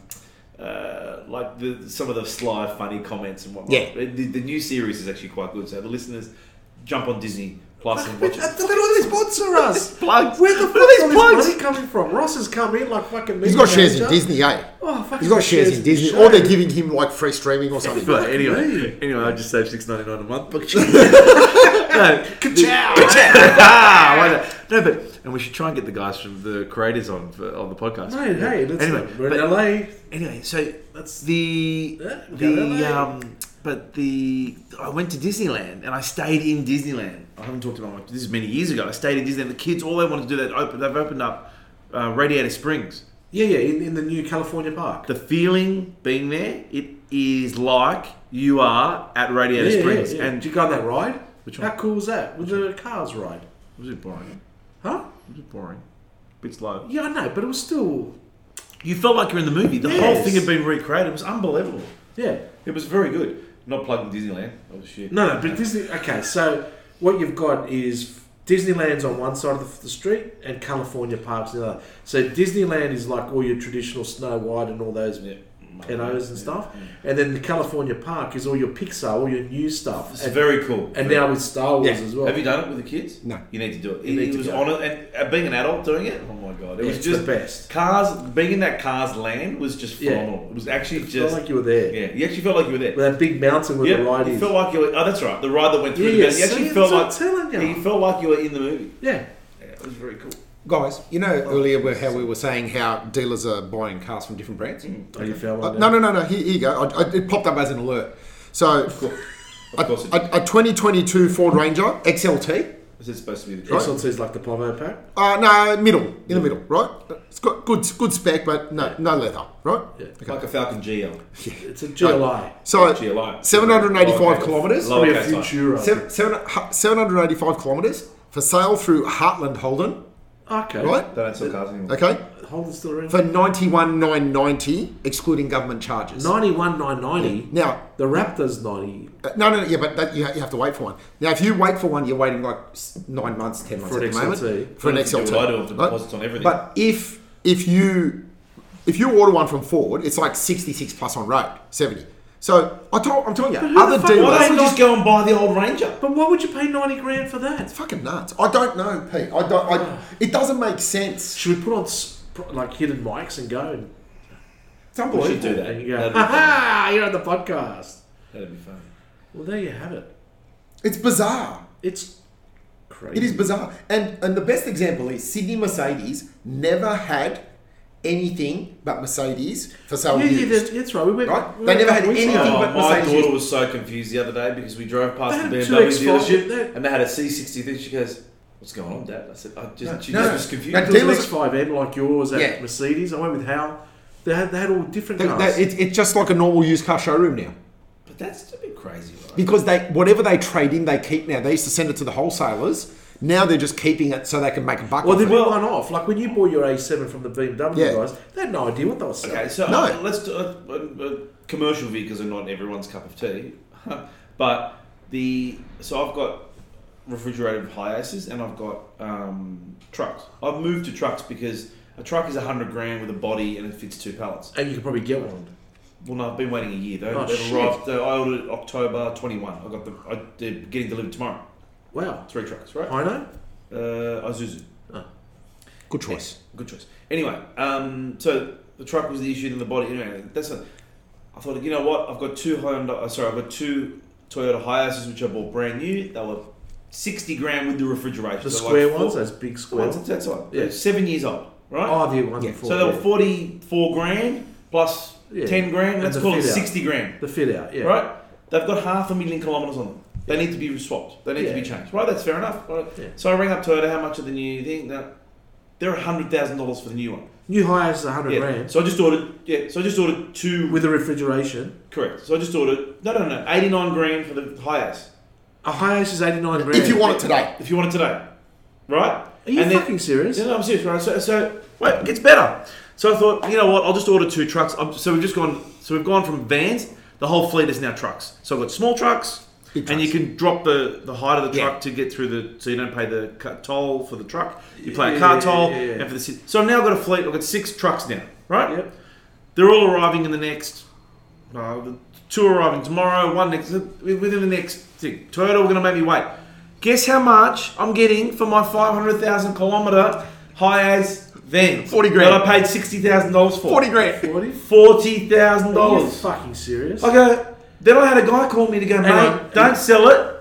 A: uh, like the some of the sly, funny comments and whatnot.
F: Yeah.
A: The, the new series is actually quite good. So the listeners jump on Disney Plus and watch it.
B: They don't sponsor us.
A: Plugs.
B: Where the fuck
A: What are
B: is
A: these
B: all this
A: plugs?
B: money coming from? Ross has come in like fucking.
C: He's got
B: media
C: shares in
B: manager.
C: Disney, eh?
B: Oh, fucking
C: He's got shares in Disney,
B: Show.
C: or they're giving him like free streaming or something.
F: But anyway, anyway, I just saved six ninety nine a month. But no,
C: Ka-chow!
F: the- Ka-chow! Ah, why not? no, but and we should try and get the guys from the creators on for, on the podcast.
B: No, hey, that's
F: anyway,
B: we're
F: but-
B: in LA.
F: Anyway, so that's the
B: Yeah,
F: the
B: yeah,
F: um, but the I went to Disneyland and I stayed in Disneyland. I haven't talked about my, this is many years ago. I stayed in Disneyland. The kids, all they wanted to do, they open, they've opened up uh, Radiator Springs.
B: Yeah, yeah, in, in the new California park.
F: The feeling being there, it is like you are at Radiator
B: yeah, yeah,
F: Springs,
B: yeah.
F: and
B: did you go on that ride?
F: Which
B: How
F: one?
B: cool was that? With the cars ride,
F: was it boring?
B: huh?
F: Was it boring? Bit slow.
B: Yeah, I know, but it was still
F: You felt like you're in the movie. The whole
B: Yes.
F: thing had been recreated. It was unbelievable.
B: yeah.
A: It was very good. Not plugging Disneyland. Oh shit.
B: No, no, but Disney. Okay, so what you've got is Disneyland's on one side of the, the street and California Park's the other. So Disneyland is like all your traditional Snow White and all those
A: Yeah.
B: pedos and stuff, and then the California Park is all your Pixar, all your new stuff,
A: It's
B: and,
A: very cool.
B: and now with Star Wars
F: Yeah.
B: as well.
A: Have you done it with the kids?
C: No.
A: You need to do it.
B: You
A: it,
B: need
A: it
B: to
A: was
B: go.
A: on it, and uh, being an adult doing it. Oh my god, it was
B: It's
A: just
B: the best.
A: Cars being in that Cars land was just
B: Yeah.
A: phenomenal. It was actually
B: It's not
A: just
B: like you were there.
A: yeah. You actually felt like you were there.
B: With that big mountain where
A: yeah,
B: the ride
A: you
B: is.
A: felt like you were. Oh, that's right. The ride that went through.
B: Yeah,
A: the
B: yeah,
A: mountain. You actually
B: see,
A: felt like
B: that's what I'm telling you.
A: yeah, you felt like you were in the movie.
B: yeah.
A: Yeah, it was very cool.
C: Guys, you know earlier where how we were saying how dealers are buying cars from different brands.
B: Oh, you fell
C: Uh,
B: on
C: no, no, no, no. Here, here you go. I, I, it popped up as an alert. So, a,
A: course it
C: a, a 2022 Ford Ranger XLT.
A: This is supposed to be the
B: Right. XLT is like the Povo pack.
C: Uh, no, middle, in the middle, right? It's got good, good spec, but no, no leather, right?
B: Yeah.
A: like a Falcon GL.
B: It's a GLI.
C: So,
A: GLI.
C: 785
A: Lowercase-
C: kilometres.
B: Probably a
A: Lowercase i.
B: Futura.
C: seven, seven, hu- 785 kilometres for sale through Heartland Holden,
B: okay.
C: right?
A: They don't sell cars anymore.
C: Okay,
B: Hold it still around.
C: for 91,990, excluding government charges.
B: 91, 990.
C: Now,
B: The Raptor's 90.
C: Uh, No, no, no, yeah, but that, you, ha- you have to wait for one. Now, if you wait for one, you're waiting like s- nine months, ten months
B: For
C: at
B: an
C: the
B: XLT.
C: moment for an
A: Well, if you do
C: XLT.
A: what I do, I have to
C: right?
A: deposits on everything.
C: But if if you if you order one from Ford, it's like sixty six plus on road, seventy. So I told, I'm telling you, other
B: the fuck-
C: dealers,
A: Why don't we
B: Well,
A: just go and buy the old Ranger?
B: But why would you pay 90 grand for that?
C: it's fucking nuts. I don't know, Pete. I don't. I, it doesn't make sense.
B: Should we put on s- pr- like hidden mics and go? And,
C: It's
A: We
C: unbelievable.
A: should do
B: and
A: that.
B: you go,
A: That'd be fun.
B: ha You're on the podcast.
A: That'd be fun.
B: Well, there you have it.
C: It's bizarre.
B: It's crazy.
C: It is bizarre. And and the best example is Sydney Mercedes never had anything but Mercedes for sale
B: Yeah, yeah,
C: used.
B: that's, that's right. We went,
C: Right?
B: we
C: They
B: went
C: never
B: back
C: had
B: weeks
C: anything
B: ago.
A: Oh,
C: but
A: my
C: Mercedes.
A: daughter was so confused the other day because we drove
B: They
A: past
B: had
A: the
B: two
A: BMW
B: X5s,
A: dealership
B: they-
A: and they had a C60 thing. She goes, "What's going on, Dad?" I said, "I just she
C: no,
A: just was confused."
C: that
B: There
C: dealer-
B: was an X5M like yours at
C: Yeah.
B: Mercedes. I went with Hal. They had, they had all different
C: They-
B: cars.
C: they- it- it's just like a normal used car showroom now
A: but that's a bit crazy, right?
C: because they whatever they trade in they keep now. They used to send it to the wholesalers. Now they're just keeping it so they can make a buck.
B: well,
C: off
B: they
C: it.
B: were one off. Like when you bought your A7 from the BMW
C: Yeah.
B: guys, they had no idea what they were selling.
A: Okay, so uh,
C: No.
A: let's do, uh, uh, uh, commercial vehicles are not everyone's cup of tea, but the so I've got refrigerated hiaces and I've got um, trucks. I've moved to trucks because a truck is hundred grand with a body and it fits two pallets.
B: And you could probably get one.
A: Well, no, I've been waiting a year. They,
B: Oh,
A: they've
B: shit.
A: arrived. uh, I ordered October 21. I got the. I, they're getting delivered tomorrow.
B: Wow.
A: Three trucks, right?
B: I know.
A: Uh, Isuzu.
C: good choice.
A: Good choice. Anyway, um, so the truck was the issue in the body. Anyway, that's a, I thought, you know what? I've got two Honda. uh, Sorry, I've got two Toyota Hiaces which I bought brand new. They were 60 grand with the refrigeration.
B: The
A: They're
B: square
A: like four-
B: ones, those big
A: the
B: square
A: ones.
B: ones.
A: That's right.
B: Yeah.
A: Seven years old, right?
B: Oh, the ones before.
A: so they were
B: yeah.
A: 44 grand plus
B: Yeah.
A: 10 grand.
B: And
A: Let's
B: the
A: call it
B: fit out.
A: 60 grand.
B: The fit out, yeah.
A: right? They've got half a million kilometres on them. They need to be swapped. They need to be
B: Yeah.
A: changed. Right? That's fair enough. Right?
B: Yeah.
A: So I rang up Toyota. How much are the new thing? Now, they're hundred thousand dollars for the new one.
B: New hires, 100
A: Yeah.
B: grand.
A: So I just ordered. Yeah. So I just ordered two.
B: With the refrigeration.
A: correct. So I just ordered. No, no, no. Eighty nine grand for the highest.
B: A hiace is 89 grand.
C: If you want it today,
A: If you want it today, right?
B: Are you
A: And then-
B: fucking serious?
A: No, no, I'm serious, right? So, so wait, it gets better. So I thought, you know what? I'll just order two trucks. i so we've just gone. So we've gone from vans. The whole fleet is now trucks. So I've got small trucks,
C: Big
A: and you
C: trucks.
A: can drop the, the height of the
G: Yeah.
A: truck to get through the so you don't pay the cut toll for the truck. You pay
B: Yeah,
A: a car
B: yeah,
A: toll
B: yeah, yeah.
A: and for the city. So I've now got a fleet. I've got six trucks now, right?
B: Yep.
A: They're all arriving in the next. Uh, the two are arriving tomorrow. One next within the next thing. Toyota were going to make me wait. Guess how much I'm getting for my five hundred thousand kilometer high as then
G: 40 grand.
A: that I paid sixty thousand dollars for.
G: Forty grand.
B: Forty.
A: Forty thousand
B: Are you
A: dollars.
B: fucking serious?
A: I go. Then I had a guy call me to go,
B: Hang
A: mate,
B: on.
A: don't sell it.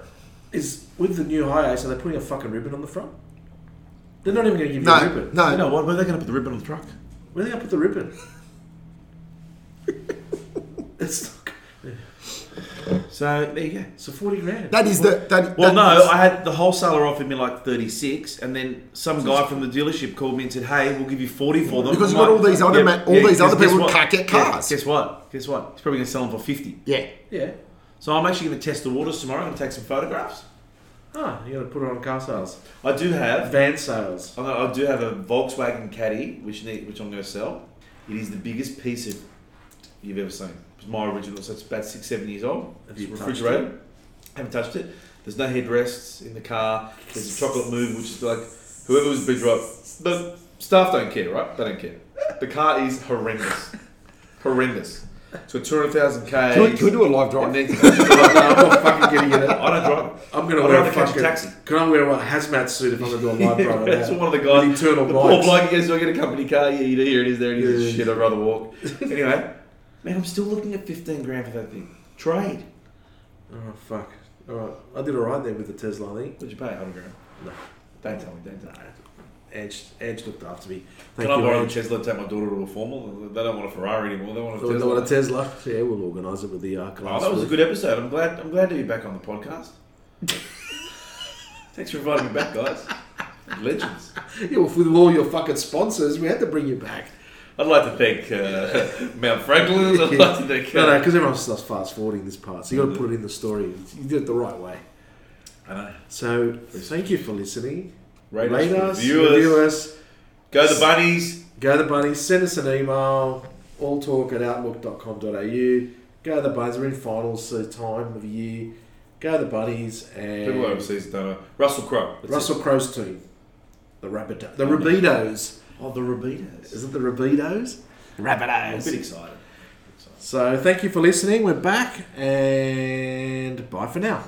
B: Is with the new high ace, are they putting a fucking ribbon on the front? They're not even going to give you a
C: No,
B: ribbon.
C: no.
A: You know what? Where are they going to put the ribbon on the truck?
B: Where are they going to put the ribbon? it's not.
A: So there you go.
B: So forty grand.
C: That is the that.
A: Well,
C: that
A: no,
C: is-
A: I had the wholesaler offered me like 36, and then some guy from the dealership called me and said, Hey, we'll give you 40 for them.
C: Because
A: I'm
C: you've got
A: like,
C: all these other ma- all these
A: guess-
C: other
A: guess
C: people
A: what?
C: can't get
A: Yeah,
C: cars.
A: guess what? Guess what? He's probably going to sell them for 50.
C: yeah.
B: yeah.
A: So I'm actually going to test the waters tomorrow. I'm going to take some photographs.
B: Ah, you're going to put it on car sales,
A: I do have.
B: van sales.
A: I'm gonna, Oh, I do have a Volkswagen Caddy, which need, which I'm going to sell. It is the biggest piece of you've ever seen. It's my original, so it's about six, seven years old.
B: Have
A: It's
B: you touched
A: refrigerated. Haven't touched it. There's no headrests in the car. There's a chocolate moon, which is like whoever was big right. The staff don't care, right? They don't care. The car is horrendous, horrendous. So two hundred thousand k.
C: Can we, can we do a live drive?
A: It needs- I
B: I'm not fucking getting it.
A: don't drive. it.
B: I'm going to
A: I'd
B: wear
A: rather
B: a
A: catch a
B: fucking.
A: taxi.
B: Can I wear a hazmat suit if I'm going to do a live drive?
A: That's
B: now?
A: one of the guys.
B: With internal
A: The poor
B: lights.
A: bloke he goes, "Do I get a company car? Yeah, you do. Here it is. There it is.
B: Yeah.
A: Shit, I'd rather walk." anyway, man, I'm still looking at 15 grand for that thing. Trade.
B: Oh fuck! All right, I did all right there with the Tesla. I think
A: What'd you pay? 100 grand.
B: No.
A: Don't tell me. Don't tell me.
B: Edge, Edge looked after me.
A: Can I borrow a
B: Edge.
A: Tesla? Take my daughter to a formal. They don't want a Ferrari anymore. They want a
B: Oh,
A: Tesla.
B: no, a Tesla. Yeah, we'll organise it with the uh,
A: Oh,
B: class.
A: that was a good episode. I'm glad. I'm glad to be back on the podcast. Thanks for inviting me back, guys. Legends.
B: Yeah, well, with all your fucking sponsors, we had to bring you back.
A: I'd like to thank uh, Mount Franklin. I'd like to thank.
B: No, no,
A: Uh,
B: because everyone starts fast forwarding this part, so you got to put it in the story. You did it the right way.
A: I know.
B: So, thank you for listening.
A: Rate,
B: Rate
A: us,
B: us,
A: review us.
B: review us.
A: Go the bunnies.
B: Go the Bunnies, send us an email, alltalk at outlook.com.au. Go the Bunnies, we're in finals, so time of year. Go the Bunnies
A: People
B: and
A: overseas don't know. Russell Crowe. That's it.
B: Russell Crowe's team. The Rabbito- the Rabidos.
A: Oh, the Rabitas.
B: Is it the Rabidos?
A: I'm a bit excited.
B: So thank you for listening. We're back and bye for now.